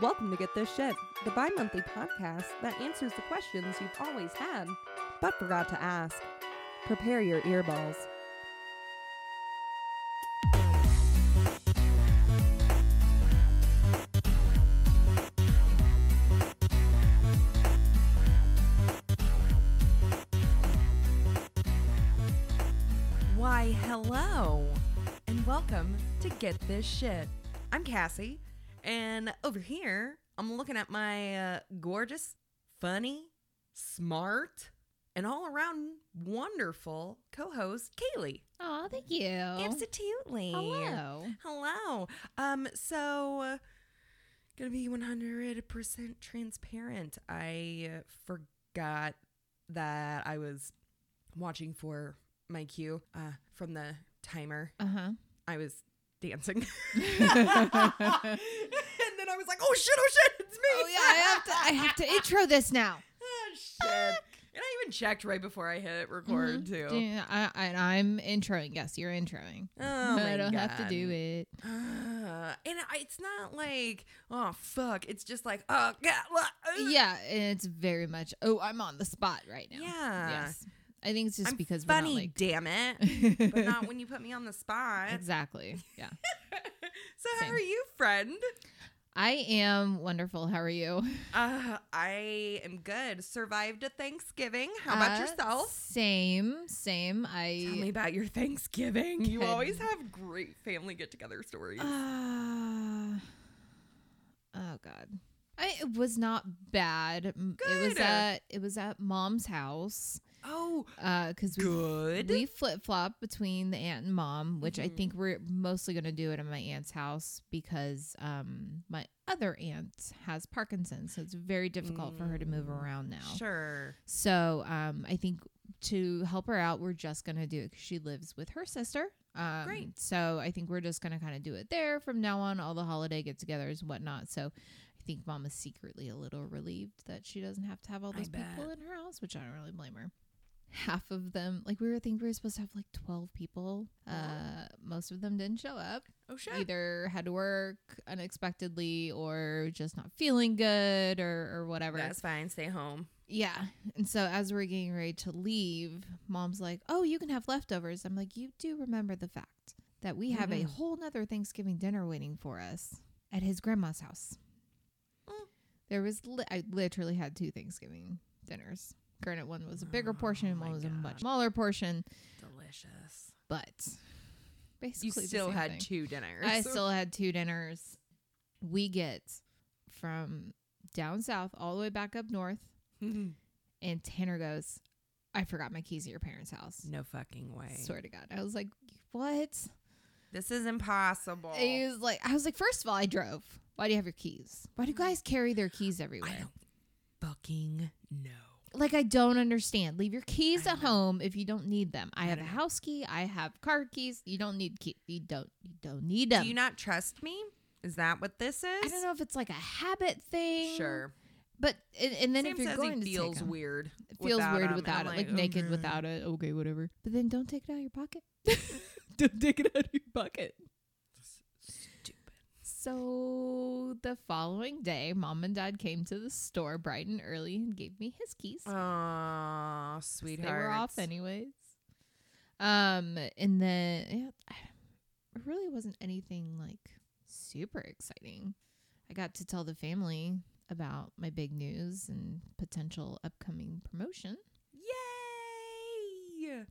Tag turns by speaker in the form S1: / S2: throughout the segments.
S1: Welcome to Get This Shit, the bi monthly podcast that answers the questions you've always had but forgot to ask. Prepare your earballs.
S2: Why, hello, and welcome to Get This Shit. I'm Cassie, and over here, I'm looking at my uh, gorgeous, funny, smart, and all around wonderful co host, Kaylee.
S3: Oh, thank you.
S2: Absolutely.
S3: Hello.
S2: Hello. Um, so uh, gonna be 100% transparent. I uh, forgot that I was watching for my cue uh, from the timer.
S3: Uh huh.
S2: I was dancing. and then I was like, oh shit, oh shit, it's me.
S3: Oh yeah, I have to. I have to intro this now.
S2: oh shit. And I even checked right before I hit record too.
S3: Mm-hmm. Yeah, I, I, and I'm introing. Yes, you're introing.
S2: Oh
S3: I
S2: my
S3: don't have to
S2: God.
S3: do it.
S2: Uh, and I, it's not like oh fuck. It's just like oh god. blah, uh."
S3: Yeah, and it's very much. Oh, I'm on the spot right now.
S2: Yeah.
S3: Yes. I think it's just
S2: I'm
S3: because
S2: funny,
S3: we're
S2: damn it.
S3: not like
S2: But not when you put me on the spot.
S3: exactly. Yeah.
S2: So how
S3: Same.
S2: are you, friend?
S3: I am wonderful. How are you?
S2: Uh, I am good. Survived a Thanksgiving. How about
S3: Uh,
S2: yourself?
S3: Same. Same. I.
S2: Tell me about your Thanksgiving. You
S3: Good.
S2: always have great family get-together stories.
S3: Uh, oh God. I, it was not bad. M- It was
S2: Good.
S3: at it was at mom's house
S2: oh,
S3: because we
S2: good.
S3: we flip flop between the aunt and mom, which I
S2: Mhm.
S3: think we're mostly gonna do it at my aunt's house because um my other aunt has Parkinson's, so it's very difficult for her to move
S2: Mm,
S3: around now.
S2: Sure.
S3: So um, I think to help her out, we're just gonna do it 'cause she lives with her sister. Um,
S2: Great.
S3: So I think we're just gonna kind of do it there from now on, all the holiday get-togethers and whatnot. So I think mom is secretly a little relieved that she doesn't have to have all
S2: I
S3: those people
S2: bet.
S3: in her house, which I don't really blame her. Half of them, like we were thinking, we were supposed to have like twelve people. Uh, most of them didn't show up
S2: Oh shit.
S3: either had to work unexpectedly or just not feeling good or, or whatever.
S2: That's fine. Stay home.
S3: Yeah. And so as we're getting ready to leave, mom's like, Oh, you can have leftovers. I'm like, You do remember the fact that we have
S2: Mhm.
S3: a whole nother Thanksgiving dinner waiting for us at his grandma's house.
S2: Mm.
S3: There was, li- I literally had two Thanksgiving dinners. Granted, one was a bigger portion
S2: Oh
S3: and
S2: my
S3: one was a
S2: God.
S3: much smaller portion,
S2: Delicious.
S3: but basically,
S2: You
S3: the
S2: still
S3: same
S2: had
S3: thing.
S2: two dinners.
S3: I still had two dinners. We get from down south all the way back up north
S2: no
S3: And Tanner goes, I forgot my keys at your parents' house.
S2: fucking way.
S3: Swear to God. I was like, What?
S2: This is impossible.
S3: And He was like, I was like, First of all, I drove. Why do you have your keys? Why do guys carry their keys
S2: Mm. I
S3: everywhere?
S2: don't fucking know.
S3: Like, I don't understand. Leave your keys
S2: I
S3: at
S2: know.
S3: home if you don't need them. I
S2: I
S3: have a
S2: don't know.
S3: house key. I have car keys. You don't need key. You don't. You don't need them.
S2: Do you not trust me? Is that what this is?
S3: I don't know if it's like a habit thing.
S2: Sure.
S3: But and, and then
S2: Sam
S3: if you're
S2: says
S3: going
S2: he
S3: to take
S2: feels
S3: 'em,
S2: weird.
S3: it feels
S2: without
S3: weird
S2: 'em, and
S3: without it,
S2: I'm "Mm."
S3: like, naked
S2: okay.
S3: without it. Okay, whatever. But then don't take it out of your pocket. don't take it out of your pocket.
S2: Stupid.
S3: So the following day, mom and dad came to the store bright and early and gave me his keys. 'cause
S2: Oh,
S3: they
S2: sweetheart.
S3: were off anyways. Um, and then yeah, I- it really wasn't anything like super exciting. I got to tell the family about my big news and potential upcoming promotion.
S2: Yay!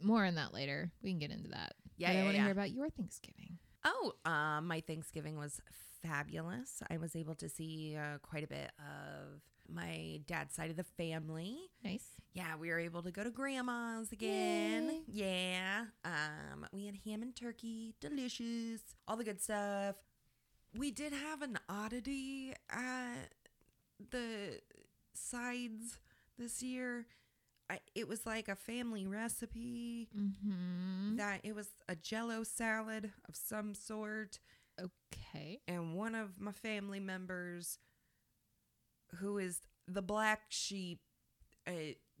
S3: More on that later. We can get into that.
S2: Yeah,
S3: but I
S2: yeah,
S3: want to
S2: yeah.
S3: hear about your Thanksgiving.
S2: Oh, uh, my Thanksgiving was fabulous. I was able to see uh, quite a bit of my dad's side of the family.
S3: Nice.
S2: Yeah, we were able to go to grandma's again. Yeah. Um, we had ham and turkey, delicious, all the good stuff. We did have an oddity at the sides this year. I, it was like a family recipe
S3: Mm-hmm.
S2: that it was a jello salad of some sort
S3: Okay.
S2: and one of my family members who is the black sheep uh,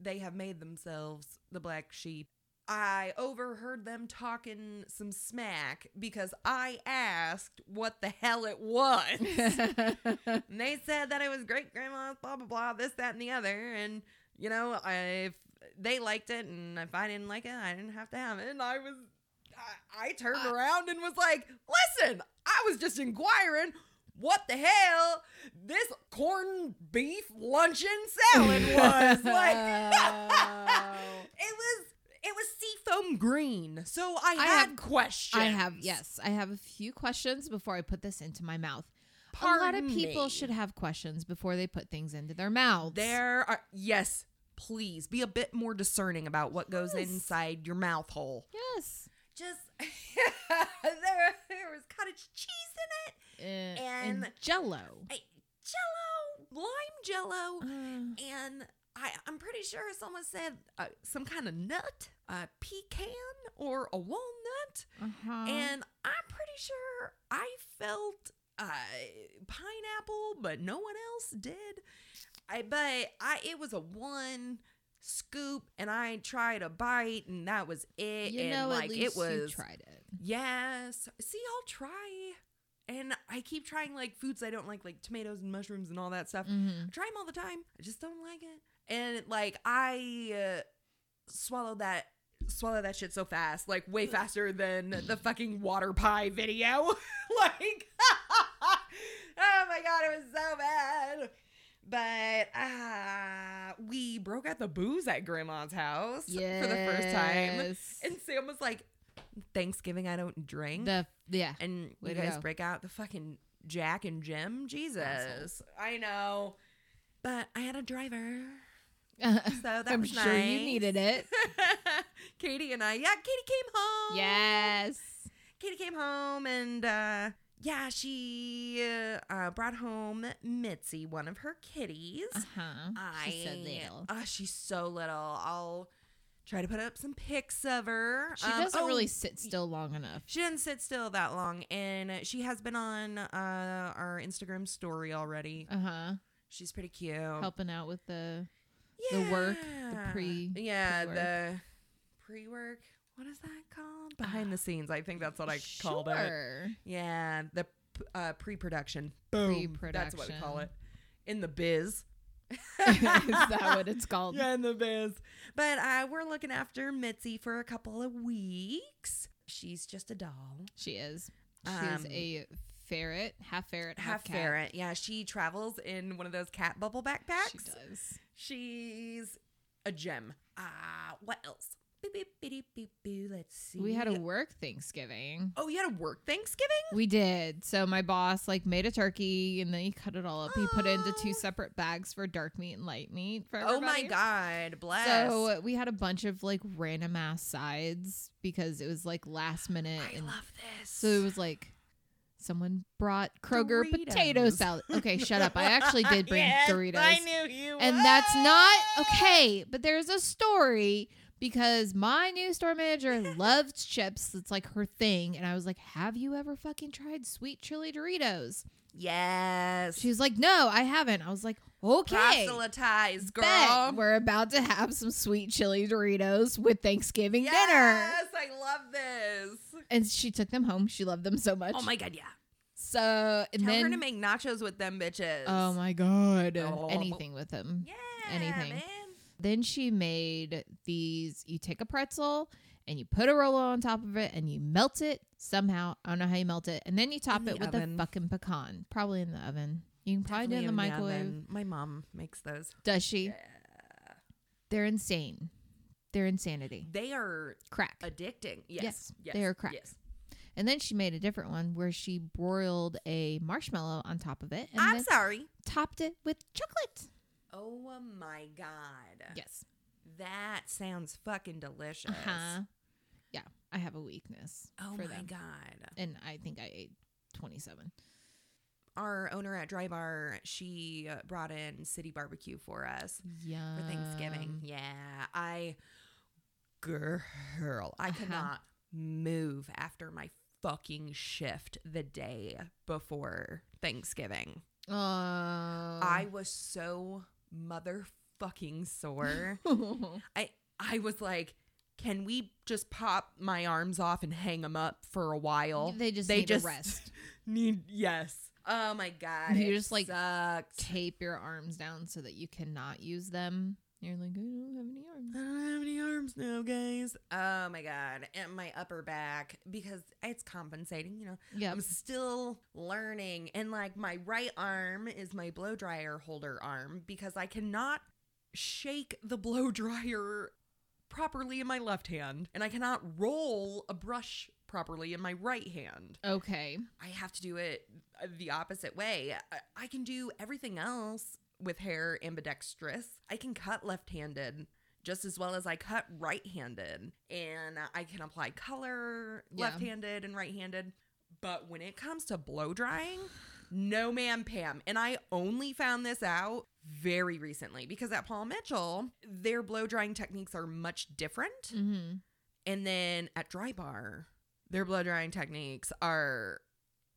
S2: they have made themselves the black sheep I overheard them talking some smack because I asked what the hell it was. and they said that it was great grandma's, blah, blah, blah, this, that, and the other. And, you know, I, if they liked it and if I didn't like it, I didn't have to have it. And I was, I, I turned
S3: I-
S2: around and was like, listen, I was just inquiring. What the hell this corned beef luncheon salad was like It was it was seafoam green. So I,
S3: I
S2: had
S3: have-
S2: questions.
S3: I have yes, I have a few questions before I put this into my mouth. a lot of
S2: Pardon
S3: people
S2: me.
S3: should have questions before they put things into their mouths.
S2: There are yes. Please be a bit more discerning about what goes
S3: Yes.
S2: inside your mouth hole.
S3: yes,
S2: Just there, there was cottage cheese in it,
S3: Uh, and,
S2: And-
S3: Jello.
S2: I, Jello, lime Jello,
S3: Uh,
S2: and I, I'm pretty sure someone said uh, some kind of nut, a pecan or a walnut.
S3: uh-huh.
S2: And I'm pretty sure I felt uh, pineapple, but no one else did. I but I it was a one scoop, and I tried a bite, and that was it.
S3: you
S2: and
S3: know,
S2: like
S3: at least
S2: it was
S3: you tried it.
S2: yes. See, I'll try, and I keep trying like foods I don't like, like tomatoes and mushrooms and all that stuff.
S3: Mhm.
S2: I try them all the time. I just don't like it. And like I uh, swallowed that swallow that shit so fast, like way faster than the fucking water pie video. like oh my god, it was so bad. But uh, we broke out the booze at grandma's house for the first time.
S3: Yes.
S2: And Sam was like, Thanksgiving I don't drink
S3: the yeah.
S2: and
S3: Way
S2: you
S3: to
S2: guys
S3: go.
S2: break out the fucking Jack and Jim. Jesus,
S3: Assholes.
S2: I know, but I had a driver, so that
S3: I'm
S2: was
S3: sure
S2: nice.
S3: you needed it.
S2: Katie and I, yeah, Katie came home.
S3: yes.
S2: Katie came home, and uh, yeah, she uh, brought home Mitzi, one of her kitties.
S3: Uh huh.
S2: I,
S3: She's so little.
S2: Ah, she's so little. I'll try to put up some pics of her.
S3: She
S2: Um,
S3: doesn't
S2: oh,
S3: really sit still long enough.
S2: she didn't sit still that long, and uh, she has been on uh, our Instagram story already.
S3: Uh huh.
S2: She's pretty cute.
S3: Helping out with the
S2: yeah.
S3: the work, the pre-
S2: yeah,
S3: pre-work.
S2: the pre work. What is that called? Behind the scenes. I think that's what I
S3: sure.
S2: called it. Yeah, the p- uh, pre production. Boom. That's what I call
S3: Pre-production.
S2: it in the biz.
S3: Is that what it's called?
S2: Yeah, in the biz. But uh, we're looking after Mitzi for a couple of weeks. She's just a doll.
S3: She is. She is
S2: Um,
S3: a ferret, half ferret, half,
S2: half
S3: cat.
S2: ferret. Yeah, she travels in one of those cat bubble backpacks.
S3: She does.
S2: She's a gem. Ah, what else? Boop, boop, bitty, boop, boo. Let's see.
S3: We had a work Thanksgiving.
S2: oh, you had a work Thanksgiving.
S3: We did. So my boss like made a turkey and then he cut it all up. He put it into
S2: Oh.
S3: two separate bags for dark meat and light meat for
S2: Oh my
S3: everybody.
S2: God, bless.
S3: So uh, we had a bunch of like random ass sides because it was like last minute
S2: I
S3: and
S2: love this.
S3: So it was like someone brought Kroger potato
S2: Doritos.
S3: salad. Okay, shut up. I actually did bring
S2: Yes,
S3: Doritos.
S2: I knew you.
S3: and that's not okay, but there's a story because my new store manager loves chips. It's like her thing. And I was like, Have you ever fucking tried sweet chili Doritos?
S2: Yes.
S3: She was like, No, I haven't. I was like, Okay.
S2: proselytized, girl.
S3: Bet we're about to have some sweet chili Doritos with Thanksgiving dinner.
S2: Yes, I love this.
S3: And she took them home. She loved them so much.
S2: Oh my God, yeah.
S3: So and
S2: Tell
S3: then
S2: her to make nachos with them bitches.
S3: Oh my god.
S2: Oh.
S3: Anything with them.
S2: Yeah,
S3: Anything.
S2: man.
S3: Then she made these you take a pretzel and you put a roll on top of it and you melt it somehow. I don't know how you melt it. And then you top
S2: In the
S3: it with
S2: oven.
S3: a fucking pecan. Probably in the oven. You can probably do it in the
S2: Definitely
S3: microwave.
S2: oven. My mom makes those.
S3: Does she?
S2: Yeah.
S3: They're insane. They're insanity.
S2: They are
S3: Crack.
S2: addicting. Yes.
S3: Yes,
S2: Yes.
S3: they are crack.
S2: Yes.
S3: and then she made a different one where she broiled a marshmallow on top of it and
S2: I'm
S3: then
S2: sorry.
S3: topped it with chocolate.
S2: Oh my God.
S3: Yes.
S2: That sounds fucking delicious.
S3: Uh-huh. Yeah. I have a weakness
S2: Oh
S3: for
S2: my
S3: them.
S2: God.
S3: and I think I ate 27.
S2: Our owner at Dry Bar, she uh, brought in City Barbecue for us
S3: Yeah.
S2: for
S3: Um.
S2: Thanksgiving. Yeah. I, girl, I
S3: Uh-huh.
S2: could not move after my fucking shift the day before Thanksgiving.
S3: Oh. I
S2: I was so motherfucking sore. I I was like, can we just pop my arms off and hang them up for a while?
S3: They just
S2: they
S3: need
S2: just
S3: to rest.
S2: Need yes. Oh my god.
S3: You
S2: it
S3: just, like,
S2: sucked.
S3: Tape your arms down so that you cannot use them. You're like,
S2: I
S3: I don't have any arms.
S2: don't have any arms now, guys. Oh my god. And my upper back because it's compensating, you know.
S3: Yeah.
S2: I'm still learning. And like my right arm is my blow dryer holder arm because I cannot shake the blow dryer properly in my left hand and I cannot roll a brush properly in my right hand.
S3: Okay.
S2: I have to do it uh, the opposite way. I- I can do everything else with hair ambidextrous. I can cut left handed just as well as I cut right handed. And I can apply color
S3: Yeah.
S2: left handed and right handed. But when it comes to blow drying, no ma'am, Pam. And I only found this out very recently because at Paul Mitchell, their blow drying techniques are much different.
S3: Mm-hmm.
S2: And then at Dry Bar, their blow drying techniques are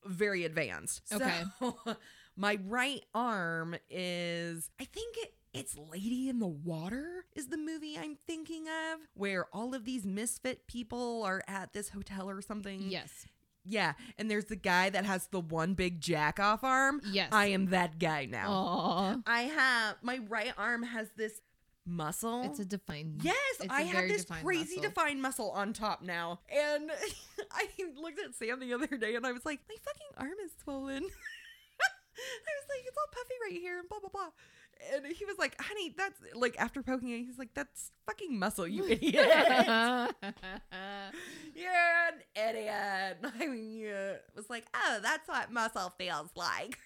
S2: very advanced.
S3: Okay.
S2: So my right arm is, I think it, it's Lady in the Water is the movie I'm thinking of, where all of these misfit people are at this hotel or something.
S3: Yes.
S2: Yeah. And there's the guy that has the one big jack off arm.
S3: Yes.
S2: I am that guy now.
S3: Aw.
S2: I have, my right arm has this muscle.
S3: It's a defined.
S2: Yes,
S3: it's a
S2: I have
S3: very
S2: this
S3: defined
S2: crazy
S3: muscle.
S2: defined muscle on top now. And I looked at Sam the other day and I was like, my fucking arm is swollen. I was like, it's all puffy right here and blah, blah, blah. And he was like, honey, that's like after poking it, he's like, that's fucking muscle, you idiot. You're an idiot. I mean, yeah. was like, oh, that's what muscle feels like.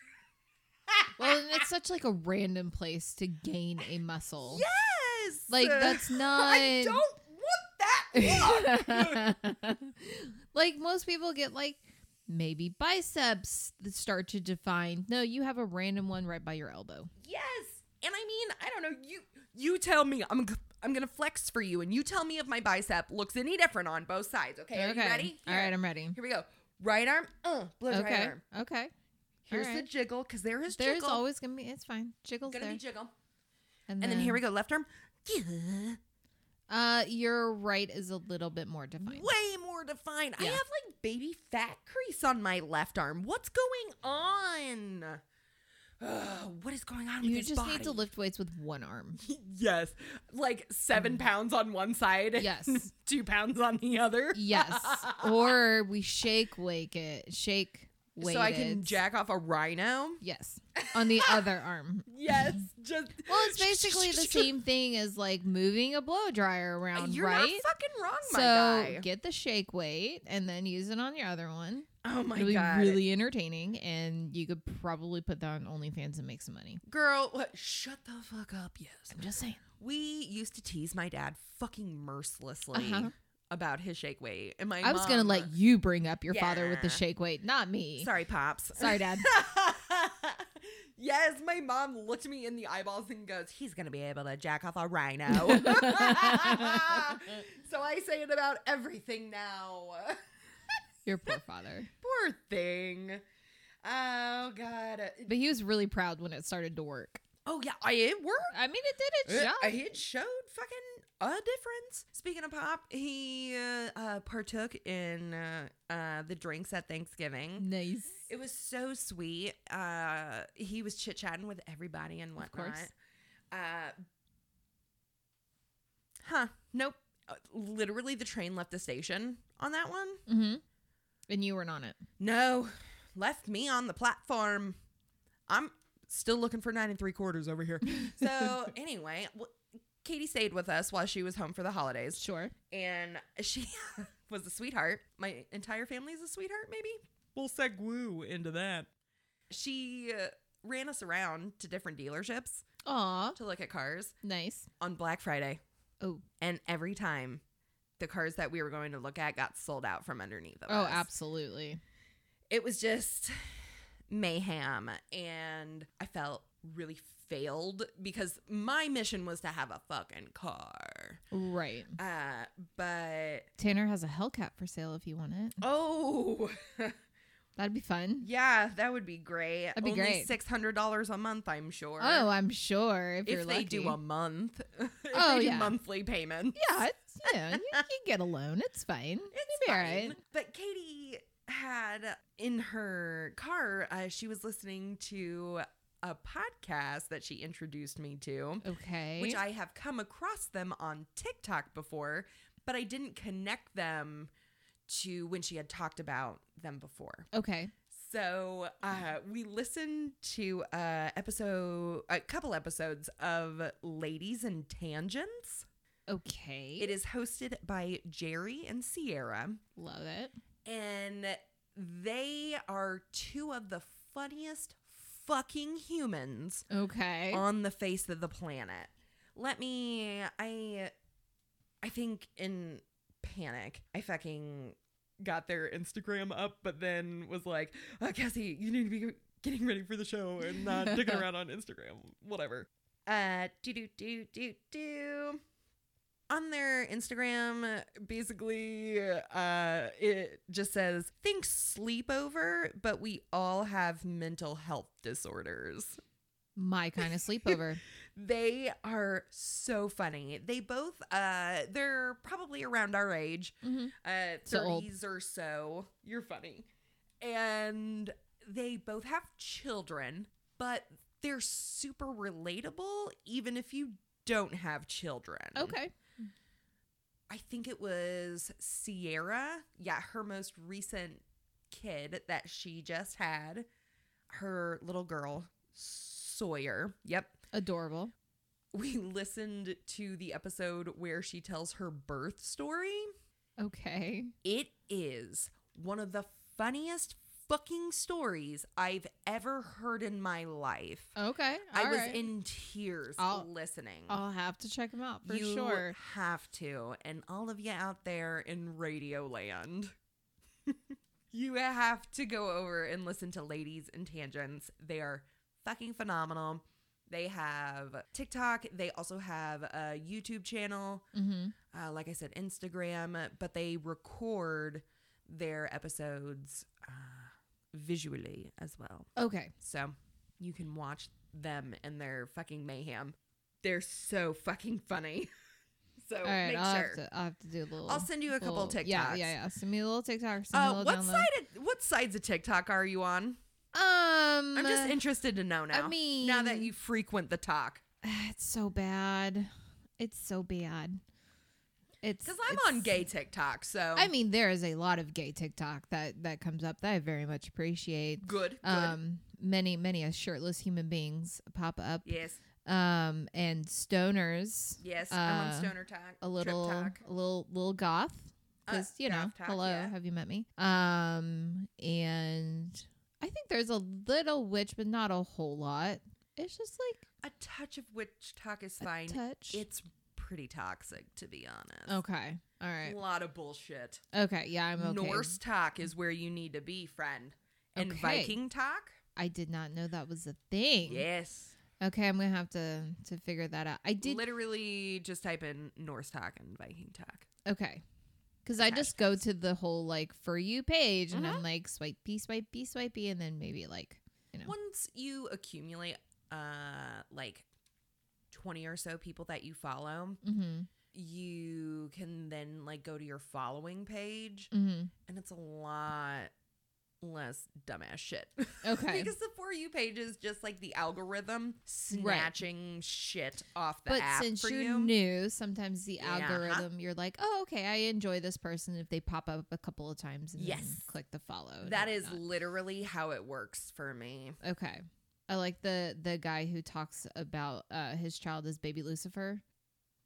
S3: well, and it's such like a random place to gain a muscle.
S2: Yes.
S3: Like, that's
S2: I
S3: not-
S2: don't want that. look.
S3: like most people get like maybe biceps that start to define. No, you have a random one right by your elbow.
S2: Yes. And I mean, I don't know. You you tell me. I'm g- I'm gonna flex for you, and you tell me if my bicep looks any different on both sides. Okay. Are you ready?
S3: All right, I'm ready.
S2: Here we go. Right arm. Uh. Blow dry
S3: Okay.
S2: arm.
S3: Okay.
S2: Here's
S3: All
S2: the
S3: right.
S2: jiggle, cause there is
S3: There's
S2: jiggle.
S3: always gonna be. It's fine. Jiggles
S2: gonna
S3: there.
S2: be jiggle. And then, here we go. Left arm. Yeah.
S3: Uh, your right is a little bit more defined.
S2: Way more defined. I
S3: Yeah.
S2: have like baby fat crease on my left arm. What's going on? Ugh, what is going on with
S3: You
S2: this
S3: just
S2: body?
S3: need to lift weights with one arm.
S2: Yes. Like seven pounds on one side. and
S3: Mm. Yes.
S2: two pounds on the other.
S3: Yes. or we shake wake it. Shake weight.
S2: so I can
S3: it.
S2: jack off a rhino.
S3: Yes. On the other arm.
S2: Yes. Just
S3: Well, it's basically the same thing as like moving a blow dryer around,
S2: You're not
S3: right?
S2: fucking wrong, my
S3: so
S2: guy.
S3: get the shake weight and then use it on your other one.
S2: oh my
S3: It'll be
S2: god,
S3: really entertaining, and you could probably put that on OnlyFans and make some money.
S2: girl, what? Shut the fuck up. Yes.
S3: I'm just saying.
S2: We used to tease my dad fucking mercilessly
S3: Uh-huh.
S2: about his shake weight, and my
S3: I was gonna
S2: mom-
S3: let you bring up your father with the
S2: Yeah.
S3: shake weight, not me.
S2: Sorry, pops.
S3: Sorry, Dad.
S2: yes, my mom looked me in the eyeballs and goes, "He's gonna be able to jack off a rhino." so I say it about everything now.
S3: Your poor father.
S2: Poor thing. Oh God.
S3: But he was really proud when it started to work.
S2: Oh yeah, I it worked.
S3: I mean, it did its
S2: It,
S3: job.
S2: it showed fucking a difference. Speaking of pop, he uh, uh, partook in uh, uh, the drinks at Thanksgiving.
S3: nice.
S2: It was so sweet. Uh, he was chit chatting with everybody and
S3: Of
S2: whatnot.
S3: course.
S2: Uh, huh. Nope. Uh, Literally, the train left the station on that one.
S3: Mm-hmm. And you weren't on it.
S2: No, left me on the platform. I'm still looking for nine and three quarters over here. So, anyway, w Katie stayed with us while she was home for the holidays
S3: Sure.
S2: and she was a sweetheart. My entire family is a sweetheart, maybe. We'll segue into that. She uh, ran us around to different dealerships
S3: Aw,
S2: to look at cars
S3: nice.
S2: on Black Friday,
S3: Oh,
S2: and every time the cars that we were going to look at got sold out from underneath of
S3: oh,
S2: us.
S3: absolutely.
S2: It was just mayhem, and I felt really failed because my mission was to have a fucking car.
S3: Right.
S2: Uh, but
S3: Tanner has a Hellcat for sale if you want it.
S2: Oh,
S3: That'd be fun.
S2: Yeah, that would be great.
S3: That'd be
S2: Only
S3: great.
S2: Six hundred dollars a month, I'm sure.
S3: Oh, I'm sure if,
S2: if
S3: you're
S2: they
S3: lucky.
S2: do a month. if
S3: Oh,
S2: they do
S3: yeah.
S2: monthly payments.
S3: yeah, it's, you know, you, you get a loan. It's fine.
S2: It's
S3: It'll
S2: fine.
S3: be all right.
S2: But Katie had in her car, uh, she was listening to a podcast that she introduced me to,
S3: Okay.
S2: which I have come across them on TikTok before, but I didn't connect them to when she had talked about them before.
S3: okay.
S2: So uh, we listened to a episode, a couple episodes of Ladies and Tangents.
S3: Okay.
S2: It is hosted by Jerry and Sierra,
S3: Love it.
S2: and they are two of the funniest fucking humans
S3: Okay.
S2: on the face of the planet. Let me I I think in panic, I fucking got their Instagram up, but then was like, oh, Cassie, you need to be getting ready for the show and not dicking around on Instagram. Whatever. Uh do do do do do on their Instagram, basically, uh, it just says, think sleepover, but we all have mental health disorders.
S3: My kind of sleepover.
S2: They are so funny. They both uh they're probably around our age,
S3: mm-hmm.
S2: uh
S3: So old.
S2: 30s or so. You're funny. And they both have children, but they're super relatable even if you don't have children.
S3: Okay.
S2: I think it was Sierra. Yeah, her most recent kid that she just had, her little girl, Sawyer. Yep
S3: Adorable.
S2: we listened to the episode where she tells her birth story.
S3: Okay.
S2: It is one of the funniest fucking stories I've ever heard in my life.
S3: Okay.
S2: I was
S3: alright.
S2: in tears
S3: I'll-
S2: listening.
S3: I'll have to check them out for
S2: you
S3: sure.
S2: have to, and all of you out there in Radio Land, you have to go over and listen to Ladies and Tangents. They are fucking phenomenal. They have TikTok. They also have a YouTube channel.
S3: Mm-hmm.
S2: Uh, like I said, Instagram. But they record their episodes uh, visually as well.
S3: Okay.
S2: So you can watch them and their fucking mayhem. They're so fucking funny. so
S3: All right.
S2: make
S3: I'll,
S2: sure.
S3: have to, I'll have to do a little.
S2: I'll send you a couple
S3: little- Yeah.
S2: TikToks.
S3: Yeah. Yeah. Send me a little TikTok. Send me a
S2: Uh,
S3: little
S2: what
S3: download.
S2: side? Of, what sides of TikTok are you on?
S3: Um.
S2: I'm just interested to know now. now that
S3: mean-
S2: you frequent the talk,
S3: It's so bad. It's so bad. It's
S2: because I'm
S3: it's-
S2: on gay TikTok, so
S3: I mean, there is a lot of gay TikTok that that comes up that I very much appreciate.
S2: good, good.
S3: Um, many many a shirtless human beings pop up.
S2: yes,
S3: Um, and stoners.
S2: yes. I'm on
S3: uh,
S2: stoner talk.
S3: a little
S2: trip talk.
S3: a little little goth
S2: Uh,
S3: because you know
S2: goth talk,
S3: hello
S2: yeah.
S3: have you met me um and i think there's a little witch but not a whole lot it's just like
S2: A touch of witch talk is
S3: a
S2: fine.
S3: touch
S2: It's pretty toxic, to be honest.
S3: okay all right
S2: A lot of bullshit.
S3: okay yeah i'm okay
S2: Norse talk is where you need to be, friend. And
S3: Okay.
S2: Viking talk?
S3: i did not know that was a thing
S2: Yes.
S3: okay i'm gonna have to to figure that out i did
S2: Literally just type in Norse talk and Viking talk.
S3: Okay. Because I
S2: Attach
S3: just go to the whole like for you page and
S2: Mhm.
S3: I'm like swipey, swipey, swipey, and then maybe like, you know.
S2: Once you accumulate uh like 20 or so people that you follow,
S3: Mm-hmm,
S2: you can then like go to your following page
S3: mm-hmm.
S2: and it's a lot less dumbass shit.
S3: Okay.
S2: because the for you page is just like the algorithm snatching shit off the
S3: But
S2: app
S3: since
S2: for
S3: you're
S2: you.
S3: new, sometimes the
S2: Yeah. uh-huh.
S3: algorithm you're like, oh, okay, I enjoy this person if they pop up a couple of times and then
S2: Yes.
S3: click the follow. and
S2: That is
S3: whatnot.
S2: literally how it works for me.
S3: okay. I like the the guy who talks about uh, his child is baby Lucifer.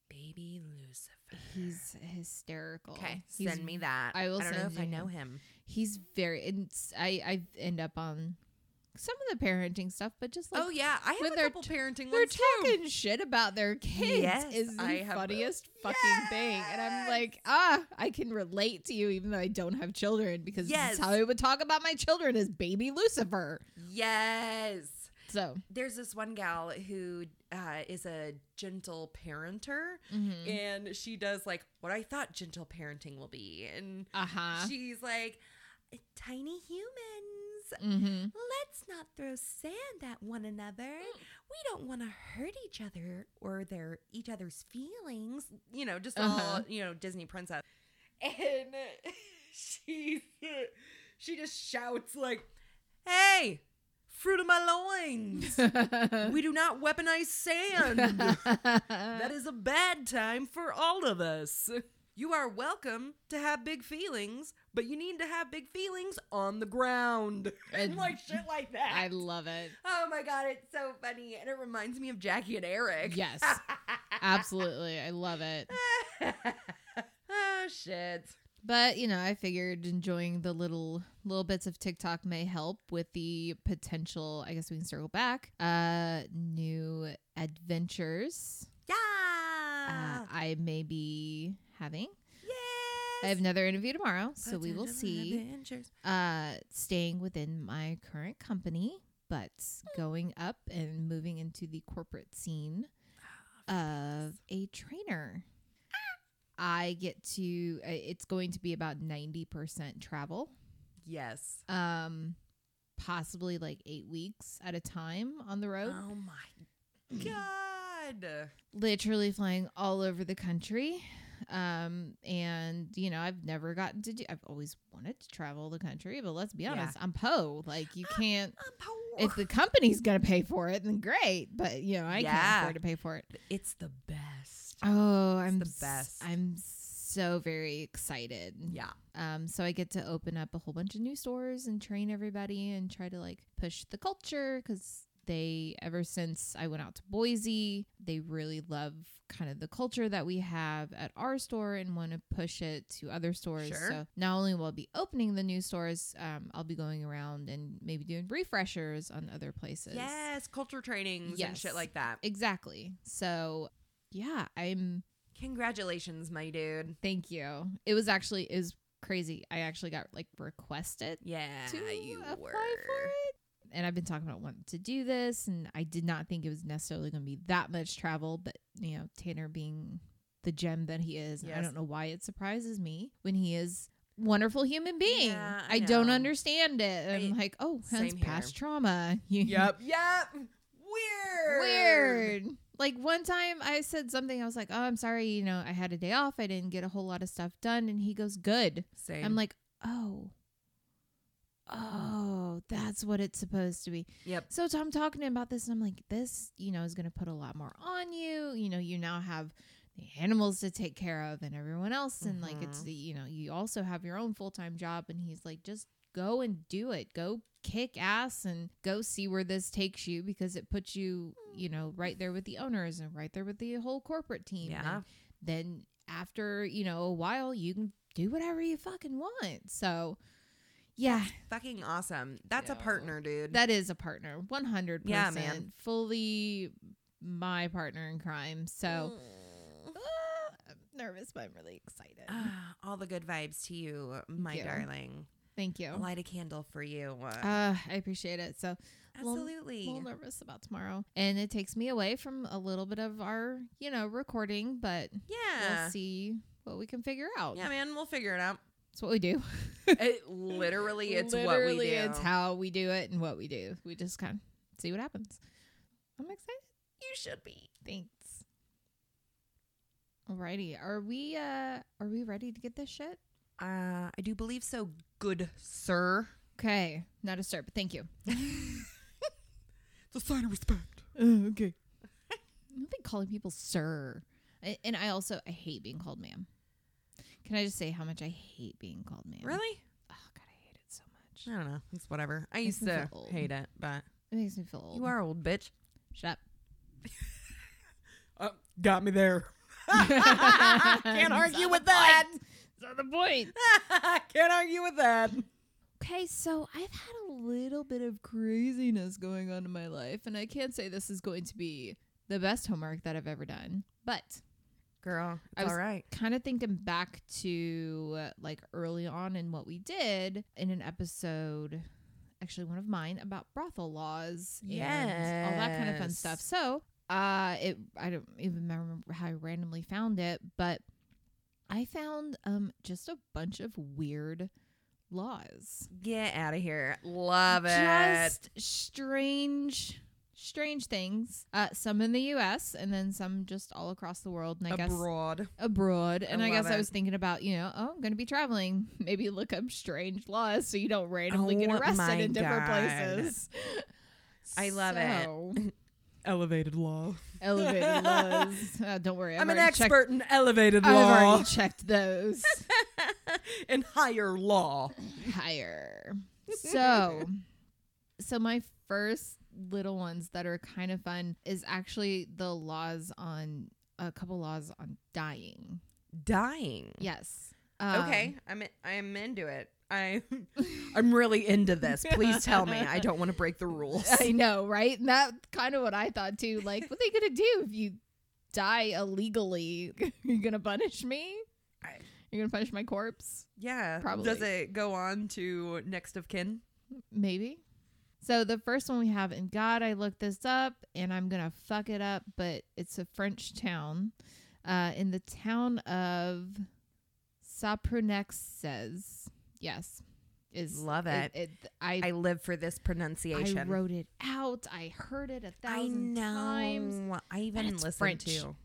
S2: Baby Lucifer.
S3: He's hysterical.
S2: okay.
S3: He's
S2: send me that.
S3: I will
S2: I don't know
S3: send
S2: if I
S3: you
S2: know him.
S3: he's very and s- I I end up on some of the parenting stuff, but just like
S2: oh yeah, I have
S3: when
S2: a
S3: they're
S2: couple parenting
S3: they're
S2: ones too.
S3: talking shit about their kids
S2: Yes,
S3: is the
S2: I have-
S3: funniest fucking thing, and I'm like,
S2: Yes.
S3: ah, I can relate to you even though I don't have children because this
S2: Yes.
S3: is how I would talk about my children as baby Lucifer.
S2: Yes.
S3: So
S2: There's this one gal who uh, is a gentle parenter,
S3: mhm.
S2: and she does like what I thought gentle parenting will be, and
S3: uh huh,
S2: she's like a tiny human
S3: Mm-hmm.
S2: Let's not throw sand at one another. We don't want to hurt each other or their each other's feelings. You know, just all
S3: Uh-huh.
S2: you know, Disney princess. And she she just shouts like, "Hey, fruit of my loins! we do not weaponize sand. that is a bad time for all of us." You are welcome to have big feelings, but you need to have big feelings on the ground. And
S3: And
S2: like shit like that.
S3: I love it.
S2: Oh my god, it's so funny, and it reminds me of Jackie and Eric.
S3: Yes, absolutely. I love it.
S2: oh shit.
S3: But you know, I figured enjoying the little little bits of TikTok may help with the potential. I guess we can circle back. Uh, new adventures
S2: Yeah.
S3: uh, I may be having.
S2: yes.
S3: I have another interview tomorrow, so we will
S2: Potential
S3: see.
S2: adventures.
S3: Uh, staying within my current company, but
S2: Hmm.
S3: going up and moving into the corporate scene
S2: Ah,
S3: of a trainer. I get to. uh, It's going to be about ninety percent travel
S2: Yes.
S3: um possibly like eight weeks at a time on the road
S2: Oh my
S3: Mm.
S2: god.
S3: literally flying all over the country um and you know i've never gotten to do i've always wanted to travel the country but let's be
S2: Yeah.
S3: honest i'm poe like you can't
S2: I'm poor.
S3: if the company's gonna pay for it then great but you know i
S2: Yeah.
S3: can't afford to pay for it
S2: it's the best.
S3: oh i'm
S2: the
S3: s-
S2: best.
S3: i'm so very excited
S2: Yeah.
S3: Um, so I get to open up a whole bunch of new stores and train everybody and try to like push the culture because they ever since I went out to Boise, they really love kind of the culture that we have at our store and want to push it to other stores.
S2: Sure.
S3: So not only will I be opening the new stores, um, I'll be going around and maybe doing refreshers on other places.
S2: Yes, culture trainings and shit
S3: Yes.
S2: like that.
S3: Exactly. So yeah, I'm
S2: Congratulations, my dude.
S3: thank you. It was actually is crazy. I actually got like requested
S2: Yeah,
S3: to
S2: you
S3: apply
S2: were.
S3: for it. And I've been talking about wanting to do this, and I did not think it was necessarily going to be that much travel, but you know, Tanner being the gem that he is, and I
S2: Yes.
S3: don't know why it surprises me when he is wonderful human being.
S2: Yeah, I
S3: I, don't
S2: know.
S3: understand it. I'm
S2: I-
S3: like, oh, that's
S2: same
S3: past trauma. You-
S2: Yep. Yep. Weird.
S3: Weird. Like one time I said something, I was like, oh, I'm sorry, you know, I had a day off. I didn't get a whole lot of stuff done. And he goes, good.
S2: Same.
S3: I'm like, oh, oh, that's what it's supposed to be.
S2: Yep.
S3: So I'm talking to him about this, and I'm like, this, you know, is going to put a lot more on you. You know, you now have the animals to take care of and everyone else, and like it's
S2: Mhm.
S3: the, you know, you also have your own full time job. And he's like, just go and do it. Go kick ass and go see where this takes you because it puts you, you know, right there with the owners and right there with the whole corporate team. And
S2: Yeah.
S3: then after you know a while you can do whatever you fucking want so yeah
S2: Fucking awesome. That's a
S3: Yeah.
S2: partner, dude.
S3: that is a partner 100%
S2: Yeah, man.
S3: fully my partner in crime so
S2: Mm.
S3: Ah, i'm nervous but i'm really excited
S2: Ah, all the good vibes to you, my
S3: you.
S2: darling.
S3: thank you
S2: I'll light a candle for you.
S3: uh, i appreciate it so well,
S2: Absolutely.
S3: a little nervous about tomorrow and it takes me away from a little bit of our you know recording but
S2: yeah.
S3: we'll see what we can figure out
S2: Yeah, man. We'll figure it out.
S3: that's what we do
S2: It, literally, it's what we
S3: Literally,
S2: do.
S3: It's how we do it and what we do. We just kind of see what happens. I'm excited.
S2: you should be.
S3: Thanks. Alrighty, are we uh are we ready to get this shit?
S2: Uh, I do believe so, good sir.
S3: Okay, not a start, but thank you.
S2: It's a sign of respect.
S3: Uh, okay. I don't think calling people sir, I, and I also I hate being called ma'am. Can I just say how much I hate being called ma'am?
S2: Really?
S3: Oh god, I hate it so much.
S2: I don't know. It's whatever. I used
S3: Makes me
S2: to
S3: feel old.
S2: hate it, but
S3: It makes me feel old.
S2: you are old, bitch.
S3: Shut up.
S2: Uh, got me there. Can't
S3: It's
S2: argue
S3: not
S2: with
S3: the
S2: that.
S3: point. It's not the point.
S2: Can't argue with that.
S3: Okay, so I've had a little bit of craziness going on in my life, and I can't say this is going to be the best homework that I've ever done, but
S2: Girl, it's
S3: I was-
S2: all right.
S3: kind of thinking back to uh, like early on in what we did in an episode, actually one of mine about brothel laws and all that kind of fun
S2: Yes.
S3: stuff. So, uh, it I don't even remember how I randomly found it, but I found um just a bunch of weird laws.
S2: Get out of here. Love it.
S3: Just strange, strange things. Uh, some in the U.S. and then some just all across the world. And I guess
S2: Abroad.
S3: abroad. And I,
S2: love
S3: guess I
S2: it.
S3: was thinking about, you know, oh, I'm going to be traveling. Maybe look up strange laws so you don't randomly get
S2: Oh my
S3: arrested in different
S2: God.
S3: places.
S2: I love it.
S3: it.
S2: Elevated law.
S3: Elevated laws. Uh, don't worry. I've
S2: I'm an
S3: already checked-
S2: expert in elevated
S3: I've
S2: law
S3: already checked those
S2: and higher law.
S3: higher. So, so my first little ones that are kind of fun is actually the laws on a couple laws on dying.
S2: Dying.
S3: Yes.
S2: Mm.
S3: um,
S2: Okay, I'm in- I'm into it. I I'm really into this. Please tell me. I don't want to break the rules.
S3: I know, right? And that's kind of what I thought too. Like, what are they gonna do if you die illegally? You're gonna punish me?
S2: I-
S3: You're gonna punish my corpse?
S2: Yeah. Does
S3: Probably.
S2: it go on to next of kin?
S3: Maybe. So the first one we have, and God, I looked this up, and I'm gonna fuck it up, but it's a French town, uh, in the town of Saprunexes. Yes, is
S2: Love it.
S3: I
S2: I live for this pronunciation.
S3: I wrote it out. I heard it a
S2: I
S3: thousand times.
S2: know. I even
S3: it's
S2: listened
S3: French.
S2: to.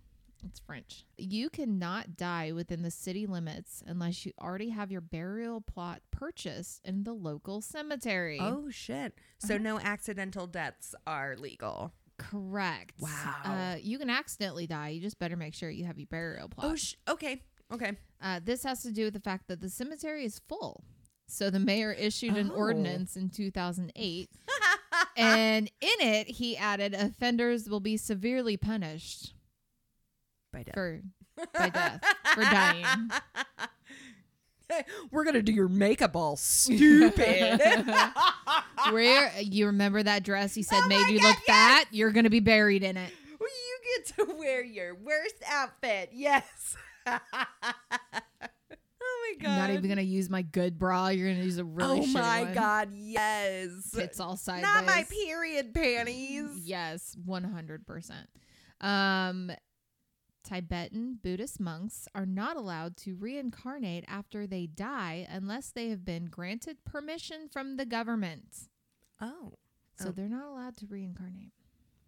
S3: It's French. You cannot die within the city limits unless you already have your burial plot purchased in the local cemetery.
S2: Oh shit. So
S3: Uh-huh.
S2: no accidental deaths are legal.
S3: correct.
S2: Wow.
S3: Uh, you can accidentally die. You just better make sure you have your burial plot.
S2: Oh sh- okay. Okay.
S3: uh, this has to do with the fact that the cemetery is full. So the mayor issued an
S2: Oh.
S3: ordinance in 2008, and in it he added offenders will be severely punished
S2: By death.
S3: for by death for dying.
S2: We're gonna do your makeup all stupid.
S3: Where you remember that dress you said
S2: Oh
S3: made
S2: my
S3: you
S2: God,
S3: look fat? You're gonna be buried in it.
S2: Well, you get to wear your worst outfit. Yes. oh my god.
S3: I'm not even gonna use my good bra. You're gonna use a really
S2: oh
S3: shitty
S2: my
S3: one.
S2: god. Yes.
S3: Tits all sideways.
S2: not my period panties.
S3: Yes, one hundred percent. Um, Tibetan Buddhist monks are not allowed to reincarnate after they die unless they have been granted permission from the government.
S2: Oh,
S3: So
S2: Oh.
S3: they're not allowed to reincarnate.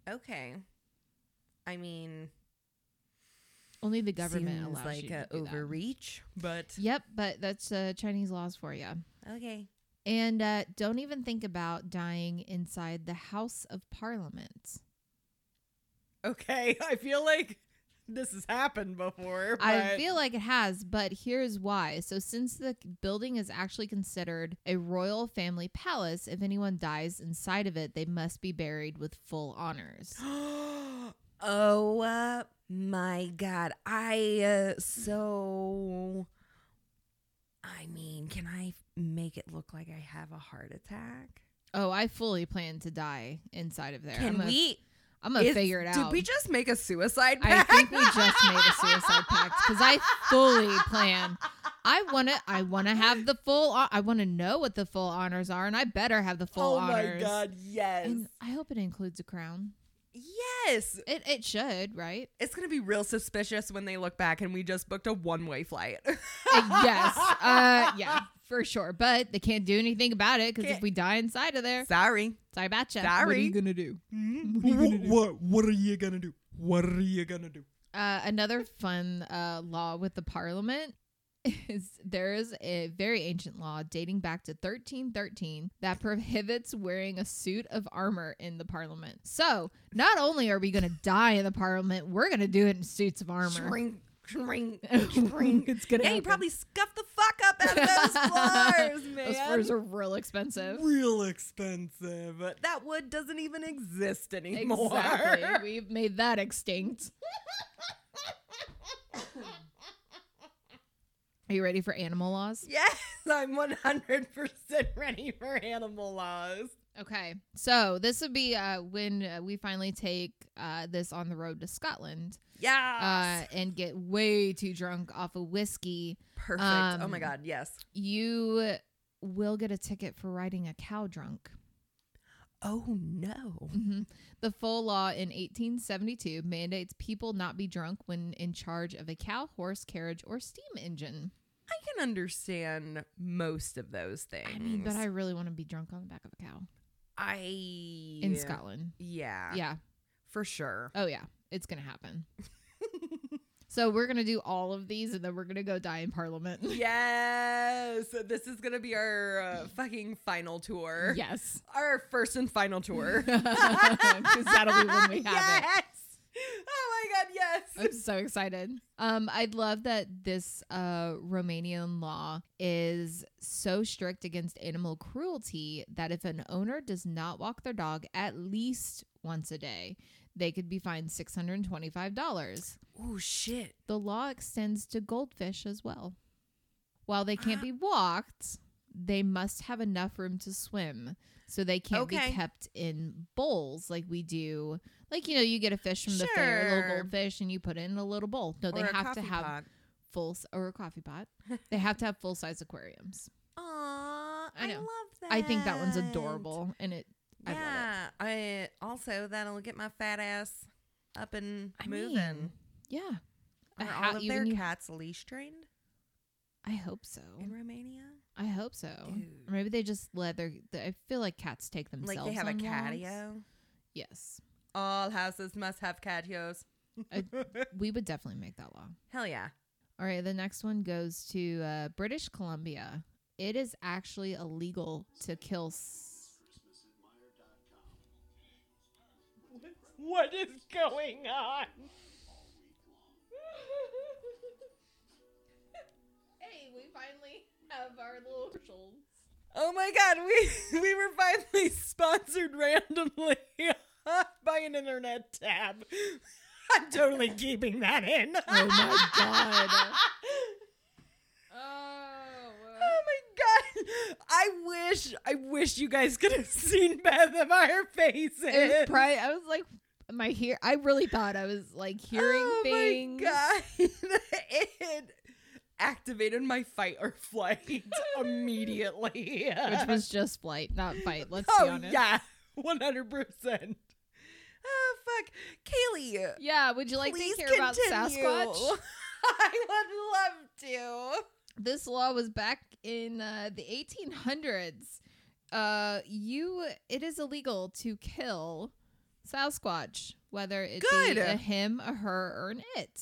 S2: okay. I mean,
S3: Only the government
S2: seems
S3: allows
S2: like
S3: you to
S2: a
S3: do that.
S2: overreach, but
S3: Yep, but that's uh, Chinese laws for you.
S2: okay.
S3: And uh, don't even think about dying inside the House of Parliament.
S2: Okay, I feel like this has happened before.
S3: I
S2: but-
S3: feel like it has, but here's why. So, since the building is actually considered a royal family palace, if anyone dies inside of it, they must be buried with full honors.
S2: oh uh, my god. I uh, so I mean, can I make it look like I have a heart attack?
S3: Oh, I fully plan to die inside of there.
S2: Can
S3: I'm gonna,
S2: we
S3: I'm gonna
S2: is-
S3: figure it out.
S2: Did we just make a suicide
S3: I
S2: pact?
S3: think we just made a suicide pact because I fully plan.
S2: Oh
S3: I want to. I want to have the full. hon- I want to know what the full honors are, and I better have the full
S2: oh
S3: honors.
S2: my god, yes.
S3: And I hope it includes a crown.
S2: yes.
S3: It it should, right?
S2: It's going to be real suspicious when they look back and we just booked a one-way flight.
S3: Uh, yes. Uh, yeah, for sure. But they can't do anything about it because if
S2: Can't-
S3: we die inside of there,
S2: Sorry.
S3: sorry about you.
S2: Sorry.
S3: gonna do?
S2: What, what what are you going to do? What are you going to do?
S3: Uh, another fun uh, law with the parliament is there is a very ancient law dating back to 1313 that prohibits wearing a suit of armor in the parliament. So not only are we going to die in the parliament, we're going to do it in suits of armor.
S2: Shrink, shrink, shrink.
S3: It's gonna
S2: Yeah, you
S3: happen.
S2: probably scuffed the fuck up out of those floors, man.
S3: Those furs are real expensive.
S2: real expensive. That wood doesn't even exist anymore.
S3: Exactly. We've made that extinct. Are you ready for animal laws?
S2: Yes, I'm 100% ready for animal laws.
S3: Okay. So, this would be uh, when uh, we finally take uh, this on the road to Scotland uh,
S2: Yes.
S3: and get way too drunk off of whiskey.
S2: Perfect. oh my
S3: um,
S2: god, yes.
S3: You will get a ticket for riding a cow drunk.
S2: Oh no.
S3: Mhm. The full law in 1872 mandates people not be drunk when in charge of a cow, horse, carriage, or steam engine.
S2: I can can understand most of those things.
S3: I mean, but I really want to be drunk on the back of a cow
S2: I
S3: in Scotland.
S2: Yeah.
S3: Yeah.
S2: For sure.
S3: Oh yeah, it's gonna happen. so we're gonna do all of these, and then we're gonna go die in Parliament.
S2: yes. This is going to be our uh, fucking final tour.
S3: yes,
S2: Our first and final tour.
S3: because that'll be when we have it.
S2: yes. Oh my god, yes.
S3: I'm so excited. Um, I'd love that this uh, Romanian law is so strict against animal cruelty that if an owner does not walk their dog at least once a day, they could be fined $625.
S2: Oh shit.
S3: The law extends to goldfish as well. While they can't be walked, they must have enough room to swim. So they can't
S2: Okay.
S3: be kept in bowls like we do. Like, you know, you get a fish from the fair, a little
S2: Sure.
S3: goldfish, and you put it in a little bowl. No, they
S2: Or a
S3: have to
S2: coffee
S3: have
S2: pot.
S3: full s- or a coffee pot. they have to have full size aquariums.
S2: Aw, I,
S3: I know.
S2: love that.
S3: I think that one's adorable and it I love it.
S2: Yeah. I, also that'll get my fat ass up and
S3: I
S2: moving.
S3: mean, yeah. a
S2: Are
S3: hat-
S2: all of
S3: you-
S2: their
S3: when you-
S2: cats leash trained
S3: I hope so.
S2: in Romania?
S3: I hope so.
S2: Dude.
S3: Or maybe they just let their. th- I feel like cats take themselves.
S2: Like they have a
S3: on walks.
S2: catio.
S3: Yes,
S2: All houses must have catios.
S3: I- we would definitely make that law.
S2: Hell yeah.
S3: All right, the next one goes to uh, British Columbia. It is actually illegal to kill. S-
S2: What is going on?
S3: hey, we finally have our little commercials.
S2: Oh my god, we we were finally sponsored randomly by an internet tab. I'm totally keeping that in.
S3: Oh my god.
S2: Oh my god. I wish I wish you guys could have seen both of our faces.
S3: It was probably, I was like, am I here? I really thought I was like hearing
S2: oh
S3: things.
S2: my god. it activated my fight or flight immediately.
S3: Which was just flight, not fight. Let's be
S2: oh
S3: honest.
S2: yeah, 100%. Oh fuck. Kaylee.
S3: Yeah, would you like
S2: Please
S3: to hear about
S2: continue.
S3: Sasquatch?
S2: I would love to.
S3: This law was back in uh, the 1800s. Uh, you, it is illegal to kill Sasquatch, whether it
S2: Good.
S3: be a him, a her, or an it.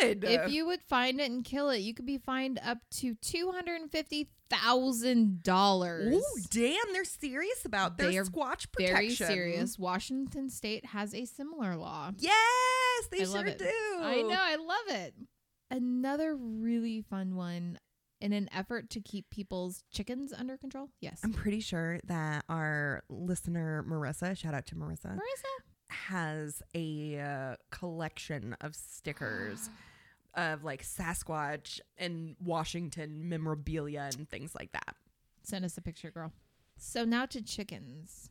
S2: Good.
S3: If you would find it and kill it, you could be fined up to two hundred and fifty thousand dollars.
S2: Ooh, damn, they're serious about their
S3: They are
S2: squatch protection.
S3: Very serious. Washington State has a similar law.
S2: Yes, they
S3: I
S2: sure
S3: love it.
S2: do.
S3: I know, I love it. Another really fun one in an effort to keep people's chickens under control. Yes.
S2: I'm pretty sure that our listener Marissa, shout out to Marissa,
S3: Marissa.
S2: has a uh, collection of stickers of like Sasquatch and Washington memorabilia and things like that.
S3: Send us a picture, girl. So now to chickens.